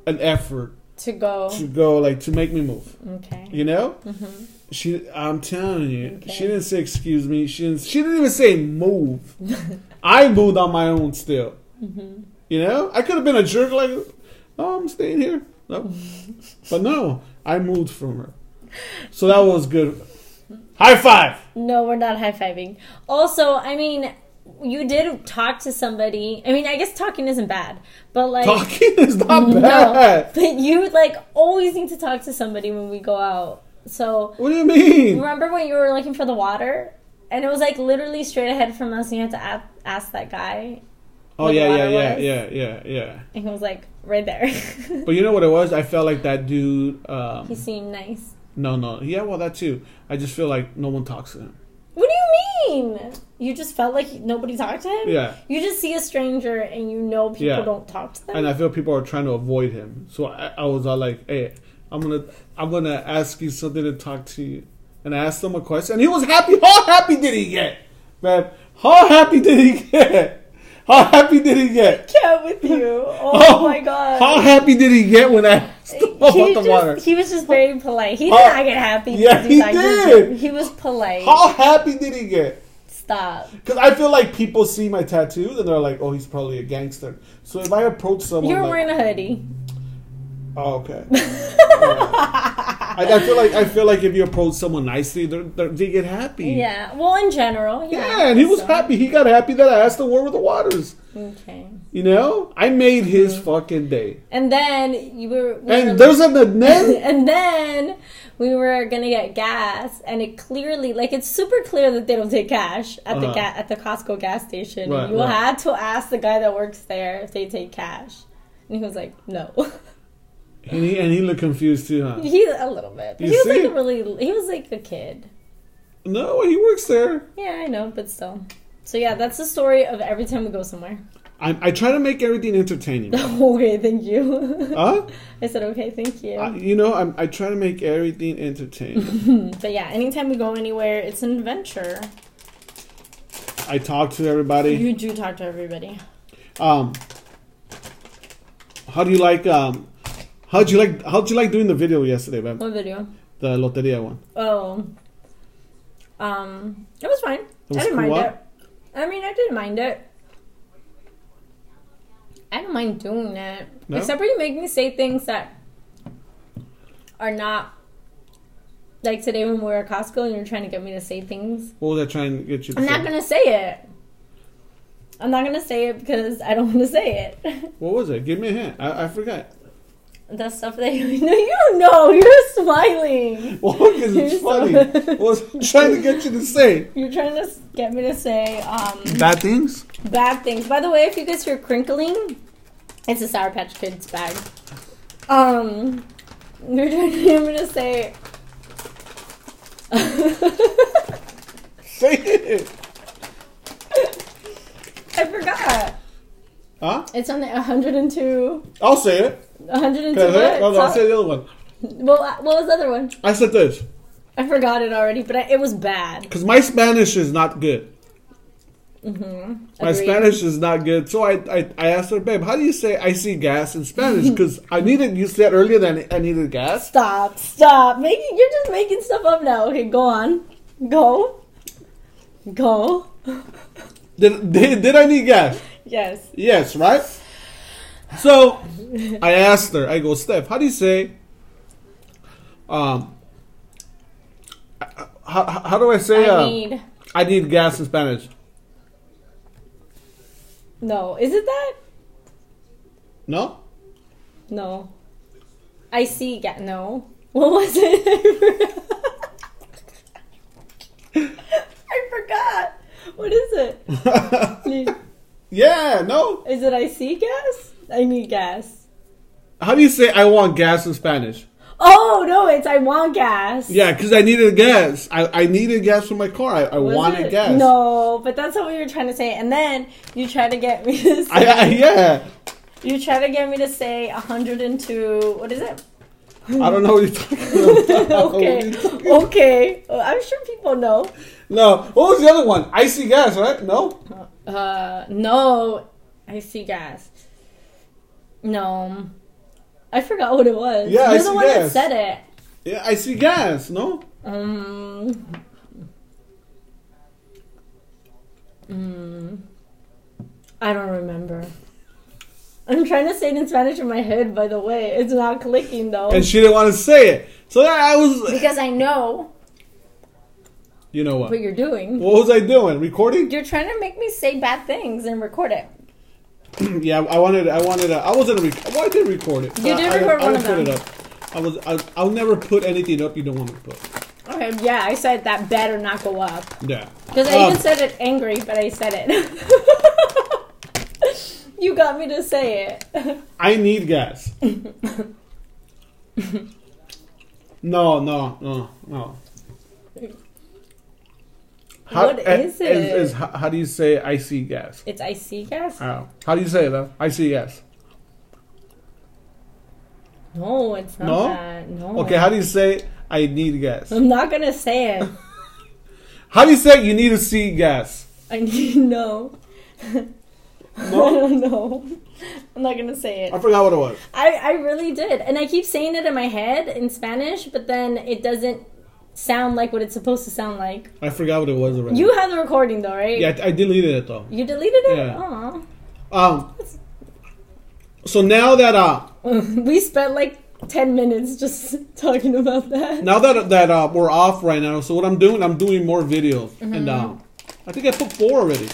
[SPEAKER 1] an effort
[SPEAKER 2] To go.
[SPEAKER 1] to go like to make me move.
[SPEAKER 2] Okay.
[SPEAKER 1] You know, she. I'm telling you,
[SPEAKER 2] Mm-hmm. Okay.
[SPEAKER 1] she didn't say excuse me. She didn't. She didn't even say
[SPEAKER 2] [laughs]
[SPEAKER 1] move. I moved on my own still.
[SPEAKER 2] Mm-hmm.
[SPEAKER 1] You know, I could have been a jerk like, oh, I'm staying here.
[SPEAKER 2] [laughs]
[SPEAKER 1] No, but no, I moved from her. So that was good. High
[SPEAKER 2] [laughs]
[SPEAKER 1] five.
[SPEAKER 2] No, we're not high fiving. Also, I mean, you did talk to somebody. I mean, I guess talking isn't bad, but like.
[SPEAKER 1] Talking is not
[SPEAKER 2] No.
[SPEAKER 1] bad.
[SPEAKER 2] But you like always need to talk to somebody when we go out. So
[SPEAKER 1] What do you mean?
[SPEAKER 2] Remember when you were looking for the water? And it was like literally straight ahead from us, and you had to ask, ask that guy.
[SPEAKER 1] Oh
[SPEAKER 2] Like
[SPEAKER 1] yeah, yeah,
[SPEAKER 2] water
[SPEAKER 1] yeah,
[SPEAKER 2] was?
[SPEAKER 1] yeah, yeah, yeah.
[SPEAKER 2] And he was like, right there. [laughs]
[SPEAKER 1] But you know what it was? I felt like that dude. Um,
[SPEAKER 2] he seemed nice.
[SPEAKER 1] no, no, yeah, well, that too. I just feel like no one talks to him.
[SPEAKER 2] What do you mean? You just felt like nobody talked to him?
[SPEAKER 1] Yeah.
[SPEAKER 2] You just see a stranger and you know people
[SPEAKER 1] Yeah.
[SPEAKER 2] don't talk to them.
[SPEAKER 1] and I feel people are trying to avoid him. So I, I was all like, "Hey, I'm gonna, I'm gonna ask you something to talk to you," and I asked him a question, and he was happy. How happy did he get, man? How happy did he get? How happy did he get?
[SPEAKER 2] Cat with you.
[SPEAKER 1] [laughs]
[SPEAKER 2] Oh, my god.
[SPEAKER 1] How happy did he get when I asked him [laughs] about
[SPEAKER 2] he,
[SPEAKER 1] the
[SPEAKER 2] just,
[SPEAKER 1] water?
[SPEAKER 2] he was just very polite. He did
[SPEAKER 1] Huh?
[SPEAKER 2] not get happy.
[SPEAKER 1] Yeah,
[SPEAKER 2] because
[SPEAKER 1] he
[SPEAKER 2] thought you
[SPEAKER 1] did.
[SPEAKER 2] He was polite.
[SPEAKER 1] How happy did he get?
[SPEAKER 2] Stop.
[SPEAKER 1] Because I feel like people see my tattoos and they're like, "Oh, he's probably a gangster." So if I approach someone,
[SPEAKER 2] You were
[SPEAKER 1] like,
[SPEAKER 2] wearing a hoodie.
[SPEAKER 1] Oh, okay. I, I feel like I feel like if you approach someone nicely, they're, they're, they get happy.
[SPEAKER 2] [laughs] Yeah. Well, in general. Yeah.
[SPEAKER 1] Yeah, and he was
[SPEAKER 2] so-
[SPEAKER 1] happy. He got happy that I asked the word with the waters.
[SPEAKER 2] Okay.
[SPEAKER 1] You know, I made his fucking day.
[SPEAKER 2] And then you were, we were-
[SPEAKER 1] And there's an then
[SPEAKER 2] [laughs] and then we were gonna get gas, and it clearly, like, it's super clear that they don't take cash at the
[SPEAKER 1] Uh-huh.
[SPEAKER 2] ga- at the Costco gas station.
[SPEAKER 1] Right,
[SPEAKER 2] you
[SPEAKER 1] right.
[SPEAKER 2] had to ask the guy that works there if they take cash, and he was like, "No." [laughs]
[SPEAKER 1] and he and he looked confused too, huh?
[SPEAKER 2] he a little bit. But
[SPEAKER 1] You
[SPEAKER 2] he was
[SPEAKER 1] see?
[SPEAKER 2] like a really, he was like a kid.
[SPEAKER 1] No, he works there.
[SPEAKER 2] Yeah, I know, but still. So yeah, that's the story of every time we go somewhere. [laughs]
[SPEAKER 1] I, I try to make everything entertaining.
[SPEAKER 2] okay, thank you.
[SPEAKER 1] huh?
[SPEAKER 2] [laughs] I said okay, thank you.
[SPEAKER 1] Uh, I, you know, I'm, I try to make everything entertaining.
[SPEAKER 2] [laughs] but yeah, anytime we go anywhere, it's an adventure.
[SPEAKER 1] I talk to everybody.
[SPEAKER 2] You do talk to everybody.
[SPEAKER 1] Um, how do you like um, how'd you like how'd you like doing the video yesterday, man?
[SPEAKER 2] What video?
[SPEAKER 1] The loteria one.
[SPEAKER 2] Oh. Um, it was fine.
[SPEAKER 1] was
[SPEAKER 2] I didn't mind
[SPEAKER 1] cool,
[SPEAKER 2] it. I mean, I didn't mind it. I don't mind doing it.
[SPEAKER 1] No?
[SPEAKER 2] Except for you make me say things that are not. Like today when we were at Costco and you're trying to get me to say things.
[SPEAKER 1] What was I trying to get you? To
[SPEAKER 2] I'm
[SPEAKER 1] say?
[SPEAKER 2] not gonna say it. I'm not gonna say it because I don't wanna say it. [laughs]
[SPEAKER 1] What was it? Give me a hint. I, I forgot.
[SPEAKER 2] the stuff that you [laughs] know, you don't know. You're smiling.
[SPEAKER 1] Well, because
[SPEAKER 2] You're
[SPEAKER 1] it's funny.
[SPEAKER 2] [laughs] so-
[SPEAKER 1] What was I trying to get you to say?
[SPEAKER 2] You're trying to s- get me to say um,
[SPEAKER 1] Bad things?
[SPEAKER 2] bad things. By the way, if you guys hear crinkling, It's a Sour Patch Kids bag. Um, you're doing- I'm gonna say. [laughs]
[SPEAKER 1] Say it.
[SPEAKER 2] I forgot.
[SPEAKER 1] Huh?
[SPEAKER 2] It's on the 102.
[SPEAKER 1] I'll say it.
[SPEAKER 2] 102
[SPEAKER 1] Can I say it? No, no, I'll
[SPEAKER 2] what?
[SPEAKER 1] say the other one.
[SPEAKER 2] Well, uh, what was the other one?
[SPEAKER 1] I said this
[SPEAKER 2] I forgot it already, but I, it was bad.
[SPEAKER 1] because my Spanish is not good. My
[SPEAKER 2] Agreed.
[SPEAKER 1] Spanish is not good, so I, I I asked her, babe, how do you say I see gas in Spanish?
[SPEAKER 2] [laughs]
[SPEAKER 1] Because I needed you said earlier that I needed gas.
[SPEAKER 2] Stop, stop. Making you're just making stuff up now. Okay, go on. Go. Go. [laughs]
[SPEAKER 1] Did, did [laughs] did I need gas?
[SPEAKER 2] Yes.
[SPEAKER 1] Yes, right. So I asked her. I go, Steph, how do you say? Um, how, how how do I say?
[SPEAKER 2] I
[SPEAKER 1] uh,
[SPEAKER 2] need
[SPEAKER 1] I need gas in Spanish.
[SPEAKER 2] No, is it that?
[SPEAKER 1] No, [laughs]
[SPEAKER 2] No. I see ga- no. What was it? [laughs] I forgot. What is it? Need-
[SPEAKER 1] yeah, no.
[SPEAKER 2] Is it I see gas? I need gas.
[SPEAKER 1] How do you say I want gas in Spanish?
[SPEAKER 2] Oh no, it's I want gas.
[SPEAKER 1] Yeah, because I needed gas. I, I needed gas for my car. I, I
[SPEAKER 2] Was
[SPEAKER 1] wanted
[SPEAKER 2] it?
[SPEAKER 1] gas.
[SPEAKER 2] No, but that's what we were trying to say. And then you try to get me to say,
[SPEAKER 1] I, I yeah.
[SPEAKER 2] you try to get me to say 102. What is it?
[SPEAKER 1] I don't know what you're talking
[SPEAKER 2] [laughs]
[SPEAKER 1] about. [laughs]
[SPEAKER 2] okay, okay. Well, I'm sure people know.
[SPEAKER 1] No. What was the other one? Icy gas, right? No.
[SPEAKER 2] Uh, no, I see gas. No, I forgot what it was.
[SPEAKER 1] Yeah, I
[SPEAKER 2] you're the
[SPEAKER 1] see
[SPEAKER 2] one
[SPEAKER 1] gas.
[SPEAKER 2] that said
[SPEAKER 1] Yeah, I see gas. No.
[SPEAKER 2] it. Um. Mm. I don't remember. I'm trying to say it in Spanish in my head, by the way. It's not clicking though.
[SPEAKER 1] And she didn't want to say it. So I I was.
[SPEAKER 2] because I know
[SPEAKER 1] You know what?
[SPEAKER 2] what you're doing.
[SPEAKER 1] What was I doing? Recording? [clears throat]
[SPEAKER 2] You're trying to make me say bad things and record it.
[SPEAKER 1] yeah, I wanted. I wanted. A, I wasn't. Rec- well, I did record it.
[SPEAKER 2] You
[SPEAKER 1] I-
[SPEAKER 2] did
[SPEAKER 1] I-
[SPEAKER 2] record
[SPEAKER 1] I,
[SPEAKER 2] one
[SPEAKER 1] will
[SPEAKER 2] of
[SPEAKER 1] put
[SPEAKER 2] them.
[SPEAKER 1] It up. I was. I, I'll never put anything up you don't want me to put.
[SPEAKER 2] Okay, yeah, I said that better not go up.
[SPEAKER 1] Yeah.
[SPEAKER 2] Because I
[SPEAKER 1] Um,
[SPEAKER 2] even said it [laughs] angry, but I said it. you got me to say it. [laughs]
[SPEAKER 1] I need gas. no, no, no, no.
[SPEAKER 2] What is it?
[SPEAKER 1] eh, Is, is, how, how do you say I see gas?
[SPEAKER 2] It's I see gas?
[SPEAKER 1] Oh. How do you say that? I see gas.
[SPEAKER 2] No, it's not
[SPEAKER 1] No?
[SPEAKER 2] that. No.
[SPEAKER 1] Okay, how do you say I need
[SPEAKER 2] [laughs]
[SPEAKER 1] gas?
[SPEAKER 2] I'm not gonna say it.
[SPEAKER 1] How do you say you need to see gas?
[SPEAKER 2] I need to know. [laughs] I
[SPEAKER 1] No,
[SPEAKER 2] don't know. I'm not gonna say
[SPEAKER 1] I
[SPEAKER 2] it.
[SPEAKER 1] forgot what it was.
[SPEAKER 2] I, I really did. And I keep saying it in my head in Spanish, but then it doesn't sound like what it's supposed to sound like.
[SPEAKER 1] I forgot what it was already.
[SPEAKER 2] You have the recording though, right?
[SPEAKER 1] Mm. yeah, I deleted it though.
[SPEAKER 2] You deleted it?
[SPEAKER 1] Yeah.
[SPEAKER 2] Aw. [laughs]
[SPEAKER 1] Um. So now that uh,
[SPEAKER 2] we spent like 10 minutes just [laughs] talking about that.
[SPEAKER 1] now that that uh, we're off right now, so what I'm doing, I'm doing more videos,
[SPEAKER 2] Mm-hmm.
[SPEAKER 1] and um, I think I put four already.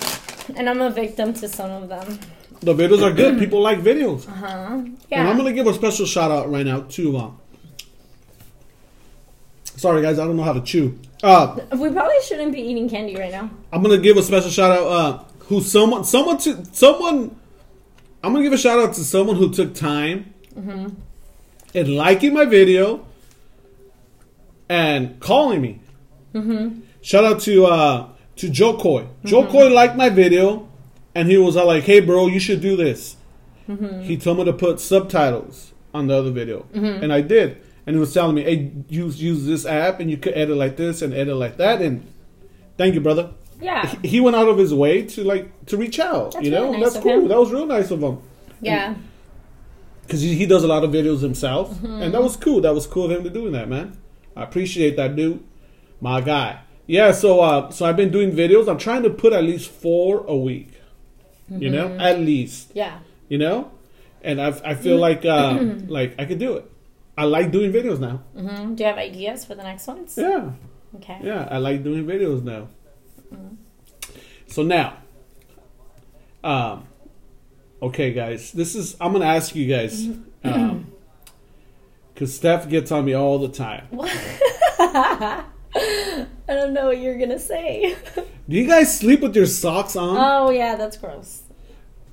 [SPEAKER 2] And I'm a victim to some of them.
[SPEAKER 1] The videos are
[SPEAKER 2] [clears throat]
[SPEAKER 1] good. People like videos,
[SPEAKER 2] Uh huh.
[SPEAKER 1] and
[SPEAKER 2] Yeah.
[SPEAKER 1] I'm gonna give a special shout out right now to. Uh, sorry guys, I don't know how to chew. Uh,
[SPEAKER 2] we probably shouldn't be eating candy right now.
[SPEAKER 1] I'm gonna give a special shout out. Uh, who someone, someone to someone. I'm gonna give a shout out to someone who took time and liking my video and calling me. Shout out to uh, to Joe Coy. Joe Coy liked my video, and he was all like, "Hey, bro, you should do this." He told me to put subtitles on the other video, and I did. And he was telling me, "Hey, use use this app, and you could edit like this and edit like that." And thank you, brother
[SPEAKER 2] Yeah.
[SPEAKER 1] he went out of his way to like to reach out.
[SPEAKER 2] That's
[SPEAKER 1] you know,
[SPEAKER 2] really nice
[SPEAKER 1] that's
[SPEAKER 2] of
[SPEAKER 1] cool.
[SPEAKER 2] him.
[SPEAKER 1] That was real nice of him
[SPEAKER 2] [laughs] Yeah.
[SPEAKER 1] because he, he does a lot of videos himself,
[SPEAKER 2] Mm-hmm.
[SPEAKER 1] and that was cool. That was cool of him to doing that, man. I appreciate that, dude. My guy. Yeah. So uh, so I've been doing videos. I'm trying to put at least four a week. You
[SPEAKER 2] Mm-hmm.
[SPEAKER 1] know, at least.
[SPEAKER 2] Yeah.
[SPEAKER 1] You know, and I I
[SPEAKER 2] Mm-hmm.
[SPEAKER 1] feel like uh,
[SPEAKER 2] [clears throat]
[SPEAKER 1] like I could do it. I like doing videos now.
[SPEAKER 2] hmm Do you have ideas for the next ones?
[SPEAKER 1] Yeah.
[SPEAKER 2] Okay.
[SPEAKER 1] Yeah, I like doing videos now.
[SPEAKER 2] Mm-hmm.
[SPEAKER 1] So now, um, okay, guys, this is I'm gonna ask you guys,
[SPEAKER 2] Mm-hmm. [clears throat]
[SPEAKER 1] um, because Steph gets on me all the time.
[SPEAKER 2] I don't know
[SPEAKER 1] [laughs]
[SPEAKER 2] what you're going to say. Uh,
[SPEAKER 1] Do you guys sleep with your socks on?
[SPEAKER 2] oh, yeah, that's gross.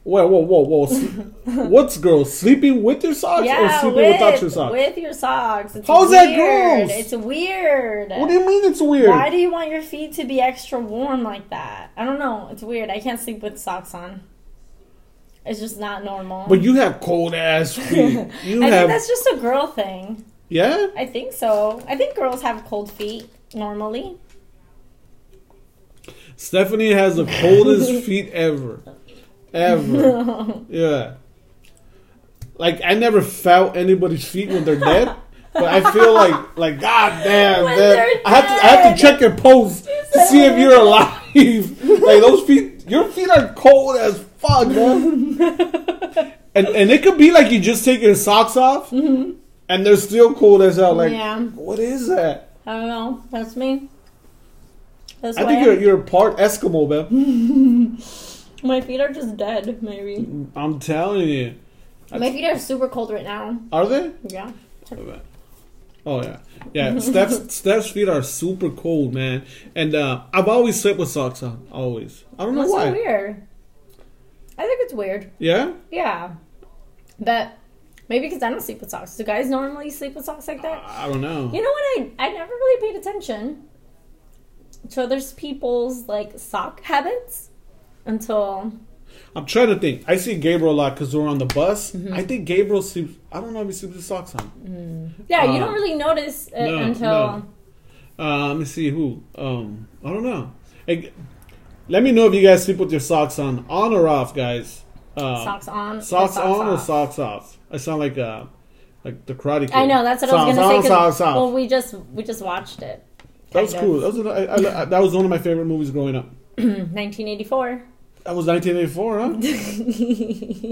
[SPEAKER 1] Whoa, whoa, whoa, whoa! Sl-
[SPEAKER 2] [laughs]
[SPEAKER 1] What's girl sleeping with your socks or
[SPEAKER 2] Yeah,
[SPEAKER 1] sleeping
[SPEAKER 2] with,
[SPEAKER 1] without your socks?
[SPEAKER 2] with your socks. It's
[SPEAKER 1] How's that
[SPEAKER 2] weird.
[SPEAKER 1] gross?
[SPEAKER 2] It's weird.
[SPEAKER 1] What do you mean it's weird?
[SPEAKER 2] Why do you want your feet to be extra warm like that? I don't know. It's weird. I can't sleep with socks on. It's just not normal.
[SPEAKER 1] but you have cold ass feet. You
[SPEAKER 2] [laughs] I think
[SPEAKER 1] have
[SPEAKER 2] that's just a girl thing.
[SPEAKER 1] yeah.
[SPEAKER 2] I think so. I think girls have cold feet normally.
[SPEAKER 1] Stephanie has the
[SPEAKER 2] [laughs]
[SPEAKER 1] coldest feet ever, ever. Yeah. Like I never felt anybody's feet when they're dead, but I feel like like God damn, man.
[SPEAKER 2] When they're
[SPEAKER 1] I have to I have to check your pulse to see if you're alive. like those feet, your feet are cold as fuck, man.
[SPEAKER 2] [laughs]
[SPEAKER 1] and and it could be like you just take your socks off, and they're still cold as hell. Like
[SPEAKER 2] Mm-hmm. Yeah.
[SPEAKER 1] what is that?
[SPEAKER 2] I don't know. That's me. That's
[SPEAKER 1] I
[SPEAKER 2] why
[SPEAKER 1] think you're
[SPEAKER 2] I'm-
[SPEAKER 1] you're part Eskimo, man.
[SPEAKER 2] my feet are just dead. Maybe
[SPEAKER 1] I'm telling you.
[SPEAKER 2] my feet are super cold right now.
[SPEAKER 1] Are they?
[SPEAKER 2] Yeah.
[SPEAKER 1] Oh yeah,
[SPEAKER 2] [laughs]
[SPEAKER 1] yeah. Steph's Steph's feet are super cold, man. And uh, I've always slept with socks on. Always. I don't know
[SPEAKER 2] That's
[SPEAKER 1] why.
[SPEAKER 2] so weird. I think it's weird.
[SPEAKER 1] Yeah.
[SPEAKER 2] Yeah. But maybe because I don't sleep with socks. Do guys normally sleep with socks like that?
[SPEAKER 1] I don't know.
[SPEAKER 2] You know what? I I never really paid attention to other people's like sock habits until
[SPEAKER 1] I'm trying to think. I see Gabriel a lot because we're on the bus.
[SPEAKER 2] Mm-hmm.
[SPEAKER 1] I think Gabriel sleeps. I don't know if he sleeps with socks on.
[SPEAKER 2] yeah. you
[SPEAKER 1] Uh,
[SPEAKER 2] don't really notice it
[SPEAKER 1] no,
[SPEAKER 2] until
[SPEAKER 1] no. Uh, let me see who. Um, I don't know. Hey, let me know if you guys sleep with your socks on, on or off, guys. Uh,
[SPEAKER 2] socks on. or
[SPEAKER 1] Socks, on or
[SPEAKER 2] off.
[SPEAKER 1] socks off? I sound like uh, like the Karate Kid.
[SPEAKER 2] I know that's what I
[SPEAKER 1] Socks
[SPEAKER 2] was gonna
[SPEAKER 1] on,
[SPEAKER 2] say. 'cause-
[SPEAKER 1] Socks off.
[SPEAKER 2] Well, we just we just watched it.
[SPEAKER 1] That was
[SPEAKER 2] Kind
[SPEAKER 1] cool. That
[SPEAKER 2] of.
[SPEAKER 1] was, an- I, I, I- that was one of my favorite movies growing up.
[SPEAKER 2] 1984.
[SPEAKER 1] That was 1984,
[SPEAKER 2] [laughs]
[SPEAKER 1] huh?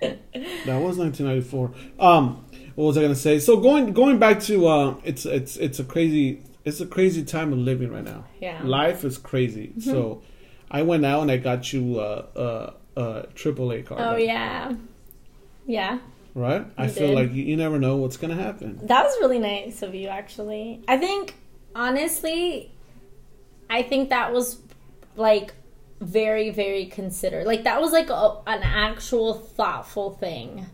[SPEAKER 1] that was 1994. Um, what was I gonna say? So going going back to uh, it's it's it's a crazy it's a crazy time of living right now.
[SPEAKER 2] Yeah. Mm-hmm.
[SPEAKER 1] life is crazy. So I went out and I got you uh uh uh AAA card.
[SPEAKER 2] Oh yeah, yeah.
[SPEAKER 1] right. I
[SPEAKER 2] You
[SPEAKER 1] feel
[SPEAKER 2] did.
[SPEAKER 1] like you, you never know what's gonna happen.
[SPEAKER 2] That was really nice of you, actually. I think, honestly, I think that was like very, very considered. Like that was like a, an actual thoughtful thing,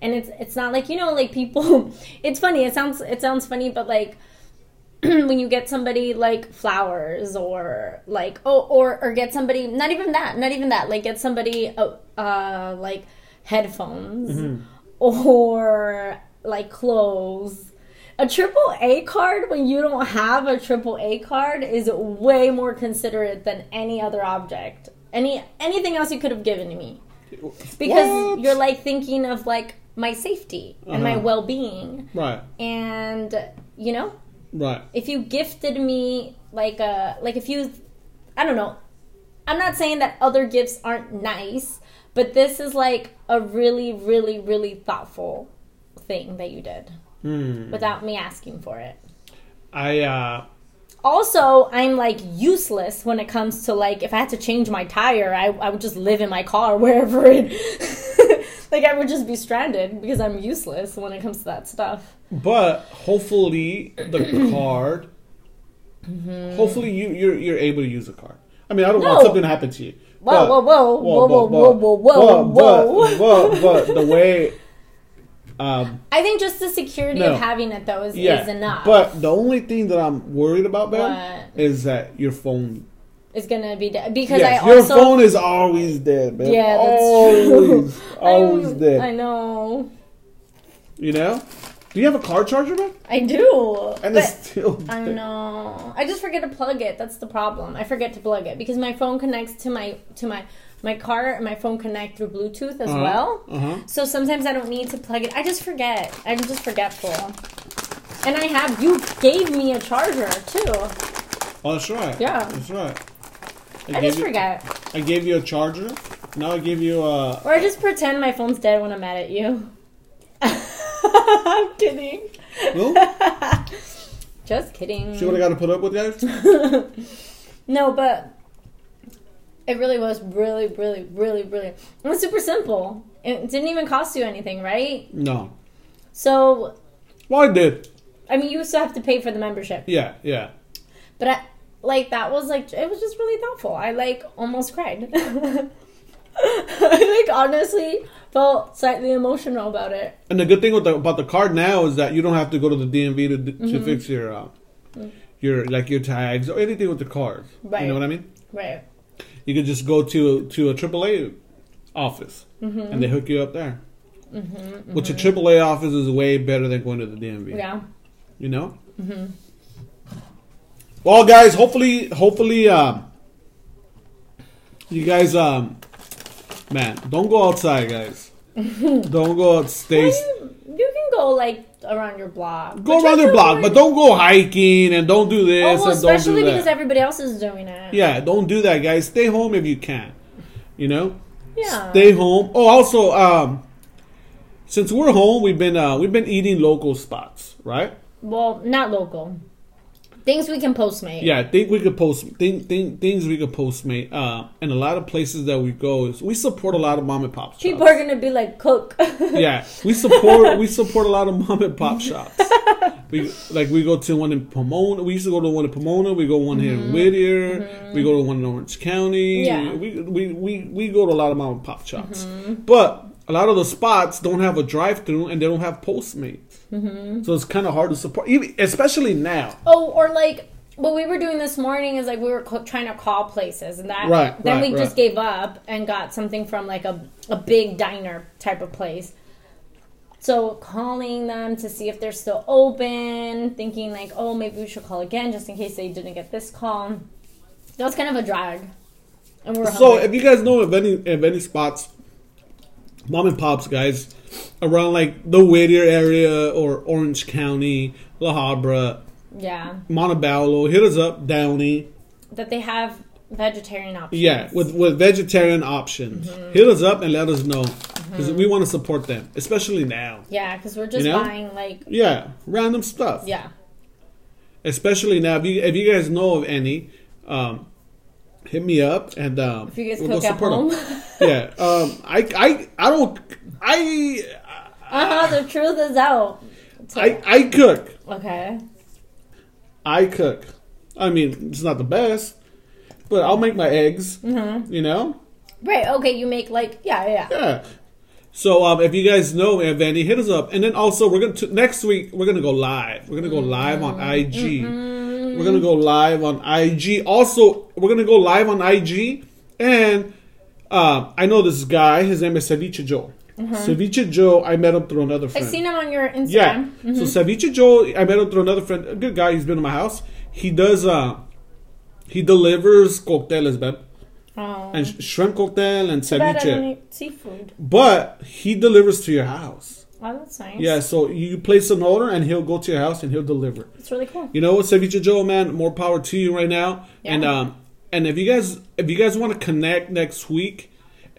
[SPEAKER 2] and it's it's not like you know, like people. [laughs] It's funny. It sounds it sounds funny, but like [clears throat] when you get somebody like flowers or like oh or or get somebody not even that not even that like get somebody uh, uh like headphones or like clothes a triple a card when you don't have a triple a card is way more considerate than any other object any anything else you could have given me because
[SPEAKER 1] What?
[SPEAKER 2] you're like thinking of like my safety and my
[SPEAKER 1] Uh-huh.
[SPEAKER 2] well-being
[SPEAKER 1] right,
[SPEAKER 2] and you know
[SPEAKER 1] right.
[SPEAKER 2] if you gifted me like a like if you i don't know i'm not saying that other gifts aren't nice but this is like a really really really thoughtful thing that you did
[SPEAKER 1] Hmm.
[SPEAKER 2] without me asking for it
[SPEAKER 1] I uh,
[SPEAKER 2] also i'm like useless when it comes to like if i had to change my tire i, I would just live in my car [laughs] wherever it like i would just be stranded because i'm useless when it comes to that stuff
[SPEAKER 1] But hopefully
[SPEAKER 2] [clears throat]
[SPEAKER 1] the card. Hopefully you you're you're able to use the card. I mean, I don't want
[SPEAKER 2] Mm-hmm. No.
[SPEAKER 1] something to happen to you.
[SPEAKER 2] Whoa, whoa, whoa, whoa, whoa, whoa, whoa, whoa,
[SPEAKER 1] But,
[SPEAKER 2] whoa.
[SPEAKER 1] but,
[SPEAKER 2] [laughs]
[SPEAKER 1] but the way, um,
[SPEAKER 2] I think just the security
[SPEAKER 1] No.
[SPEAKER 2] of having it though is,
[SPEAKER 1] yeah.
[SPEAKER 2] is enough.
[SPEAKER 1] But the only thing that I'm worried about, man,
[SPEAKER 2] What?
[SPEAKER 1] is that your phone.
[SPEAKER 2] it's gonna be dead because
[SPEAKER 1] Yes,
[SPEAKER 2] I
[SPEAKER 1] your
[SPEAKER 2] also
[SPEAKER 1] phone is always dead, man.
[SPEAKER 2] Yeah, that's
[SPEAKER 1] always,
[SPEAKER 2] true. [laughs]
[SPEAKER 1] always
[SPEAKER 2] I,
[SPEAKER 1] dead.
[SPEAKER 2] I know.
[SPEAKER 1] You know? Do you have a car charger, man?
[SPEAKER 2] I do.
[SPEAKER 1] And
[SPEAKER 2] but
[SPEAKER 1] it's still.
[SPEAKER 2] I
[SPEAKER 1] dead.
[SPEAKER 2] know. I just forget to plug it. That's the problem. I forget to plug it because my phone connects to my to my my car and my phone connect through Bluetooth as
[SPEAKER 1] Uh-huh,
[SPEAKER 2] well.
[SPEAKER 1] Uh-huh.
[SPEAKER 2] So sometimes I don't need to plug it. I just forget. I'm just forgetful. And I have you gave me a charger too.
[SPEAKER 1] Oh, that's right.
[SPEAKER 2] Yeah.
[SPEAKER 1] that's right.
[SPEAKER 2] I
[SPEAKER 1] gave
[SPEAKER 2] just
[SPEAKER 1] you-
[SPEAKER 2] forget.
[SPEAKER 1] I gave you a charger. Now I give you uh, a.
[SPEAKER 2] Or I just pretend my phone's dead when I'm mad at you. [laughs] I'm kidding.
[SPEAKER 1] Well,
[SPEAKER 2] [laughs] Just kidding.
[SPEAKER 1] see what I got to put up with, guys.
[SPEAKER 2] [laughs] no, but it really was really, really, really, really. It was super simple. It didn't even cost you anything, right?
[SPEAKER 1] No.
[SPEAKER 2] So,
[SPEAKER 1] Well, I did.
[SPEAKER 2] I mean, you still have to pay for the membership.
[SPEAKER 1] Yeah, yeah.
[SPEAKER 2] But, [laughs] I, like, that was like, it was just really thoughtful. I, like, almost cried. I like honestly felt slightly emotional about it.
[SPEAKER 1] And the good thing with the, about the card now is that you don't have to go to the DMV to, to
[SPEAKER 2] Mm-hmm.
[SPEAKER 1] fix your uh, your like your tags or anything with the card. You
[SPEAKER 2] Right.
[SPEAKER 1] know what I mean?
[SPEAKER 2] Right.
[SPEAKER 1] You could just go to to a AAA office
[SPEAKER 2] Mm-hmm.
[SPEAKER 1] and they hook you up there. Which a AAA office is way better than going to the DMV.
[SPEAKER 2] Yeah.
[SPEAKER 1] You know. Mm-hmm. Well, guys, hopefully, hopefully, um, you guys, um, man, don't go outside,
[SPEAKER 2] [laughs]
[SPEAKER 1] guys. don't go out. Stay.
[SPEAKER 2] You, you can go like around your block.
[SPEAKER 1] go
[SPEAKER 2] Which I
[SPEAKER 1] around your
[SPEAKER 2] feel
[SPEAKER 1] block,
[SPEAKER 2] like-
[SPEAKER 1] but don't go hiking and don't do this
[SPEAKER 2] Oh, well,
[SPEAKER 1] and don't
[SPEAKER 2] especially
[SPEAKER 1] do that.
[SPEAKER 2] because everybody else is doing it.
[SPEAKER 1] yeah, don't do that, guys. Stay home if you can. You know,
[SPEAKER 2] Yeah.
[SPEAKER 1] stay home. Oh, also, um, since we're home, we've been uh, we've been eating local spots, right?
[SPEAKER 2] Well, not local. Things we can postmate.
[SPEAKER 1] Yeah, I think we could post think, think, things we could postmate. Uh, and a lot of places that we go is we support a lot of mom and pop shops.
[SPEAKER 2] People are gonna be like cook. [laughs]
[SPEAKER 1] yeah, we support we support a lot of mom and pop
[SPEAKER 2] [laughs]
[SPEAKER 1] shops. We like we go to one in Pomona. We used to go to one in Pomona. We go one here in Whittier. We go to one in Orange County.
[SPEAKER 2] Mm-hmm. Yeah. Mm-hmm.
[SPEAKER 1] We, we we we go to a lot of mom and pop shops. But a lot of the spots don't have a drive through and they don't have Postmates.
[SPEAKER 2] Mm-hmm.
[SPEAKER 1] So it's kind of hard to support, even, especially now.
[SPEAKER 2] oh, or like what we were doing this morning is like we were co- trying to call places and that.
[SPEAKER 1] Right,
[SPEAKER 2] Then
[SPEAKER 1] right,
[SPEAKER 2] we just
[SPEAKER 1] right.
[SPEAKER 2] gave up and got something from like a a big diner type of place. So calling them to see if they're still open, thinking like, oh, maybe we should call again just in case they didn't get this call. That was kind of a drag. And we were
[SPEAKER 1] So
[SPEAKER 2] hungry.
[SPEAKER 1] if you guys know of any of any spots, mom and pops guys, around like the Whittier area or Orange County, La Habra,
[SPEAKER 2] yeah,
[SPEAKER 1] Montebello, hit us up, Downey.
[SPEAKER 2] that they have vegetarian options.
[SPEAKER 1] Yeah, with with vegetarian options,
[SPEAKER 2] Mm-hmm.
[SPEAKER 1] hit us up and let us know because we want to support them, especially now.
[SPEAKER 2] Yeah, because we're just
[SPEAKER 1] You know?
[SPEAKER 2] buying like
[SPEAKER 1] Yeah, random stuff.
[SPEAKER 2] yeah.
[SPEAKER 1] especially now. If you if you guys know of any, um, hit me up and um,
[SPEAKER 2] If you guys
[SPEAKER 1] we'll go
[SPEAKER 2] cook at
[SPEAKER 1] support 'em.
[SPEAKER 2] home.
[SPEAKER 1] yeah, um, I I I don't I.
[SPEAKER 2] Uh huh. The truth is out.
[SPEAKER 1] I, I cook.
[SPEAKER 2] Okay.
[SPEAKER 1] I cook. I mean, it's not the best, but I'll make my eggs. You know,
[SPEAKER 2] Right. Okay. You make like yeah, yeah. yeah.
[SPEAKER 1] yeah. So um, if you guys know of any, hit us up. And then also, we're gonna t- next week we're gonna go live. We're gonna go live on IG. We're gonna go live on IG. Also, we're gonna go live on IG. And um, I know this guy. His name is Ceviche Joe. Ceviche Joe. I met him through another
[SPEAKER 2] I've
[SPEAKER 1] friend.
[SPEAKER 2] seen him on your Instagram.
[SPEAKER 1] Hmm. Yeah.
[SPEAKER 2] Mm-hmm.
[SPEAKER 1] So Ceviche Joe, I met him through another friend, a good guy. He's been to my house. He does. uh He delivers cocktails, man,
[SPEAKER 2] Oh.
[SPEAKER 1] and sh- shrimp cocktail and
[SPEAKER 2] But I don't
[SPEAKER 1] ceviche.
[SPEAKER 2] eat seafood.
[SPEAKER 1] But he delivers to your house.
[SPEAKER 2] Oh, that's nice.
[SPEAKER 1] Yeah. So you place an order, and he'll go to your house, and he'll deliver.
[SPEAKER 2] It's really cool.
[SPEAKER 1] You know what, Ceviche Joe, man, more power to you right now.
[SPEAKER 2] Yeah.
[SPEAKER 1] And um, and if you guys if you guys want to connect next week,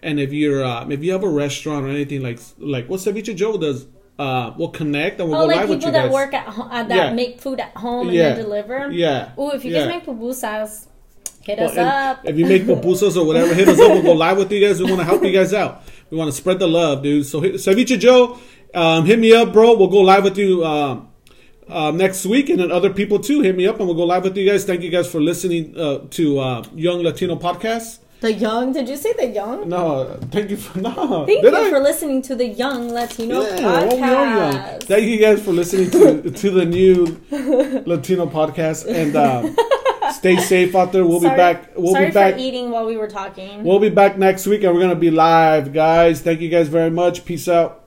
[SPEAKER 1] and if you're um, if you have a restaurant or anything like like what Ceviche Joe does, uh, we'll connect and we'll
[SPEAKER 2] Oh,
[SPEAKER 1] go
[SPEAKER 2] like
[SPEAKER 1] live with
[SPEAKER 2] people
[SPEAKER 1] you
[SPEAKER 2] that
[SPEAKER 1] guys.
[SPEAKER 2] work at home, uh, that
[SPEAKER 1] Yeah.
[SPEAKER 2] make food at home and
[SPEAKER 1] Yeah.
[SPEAKER 2] then deliver.
[SPEAKER 1] Yeah.
[SPEAKER 2] Ooh, if you
[SPEAKER 1] Yeah.
[SPEAKER 2] guys make pupusas, hit
[SPEAKER 1] Well,
[SPEAKER 2] us
[SPEAKER 1] and
[SPEAKER 2] up.
[SPEAKER 1] If you make pupusas or whatever, hit us up. We'll go live with you guys. We want to help you guys out. We want to spread the love, dude. So, hit, Ceviche Joe, um, hit me up, bro. We'll go live with you um, uh, next week. And then other people, too, hit me up and we'll go live with you guys. Thank you guys for listening uh, to uh, Young Latino Podcast.
[SPEAKER 2] the young. Did you say the young?
[SPEAKER 1] No, uh, thank you for. [laughs] No.
[SPEAKER 2] Thank
[SPEAKER 1] did
[SPEAKER 2] you
[SPEAKER 1] I?
[SPEAKER 2] for listening to the Young Latino
[SPEAKER 1] Yeah, well, we are young.
[SPEAKER 2] podcast.
[SPEAKER 1] Thank you guys for listening to, to the new Latino podcast and um,
[SPEAKER 2] [laughs]
[SPEAKER 1] stay safe out there. We'll
[SPEAKER 2] sorry,
[SPEAKER 1] be back. We'll
[SPEAKER 2] sorry
[SPEAKER 1] be back.
[SPEAKER 2] for E- eating while we were talking.
[SPEAKER 1] We'll be back next week and we're going to be live, guys. Thank you guys very much. Peace out.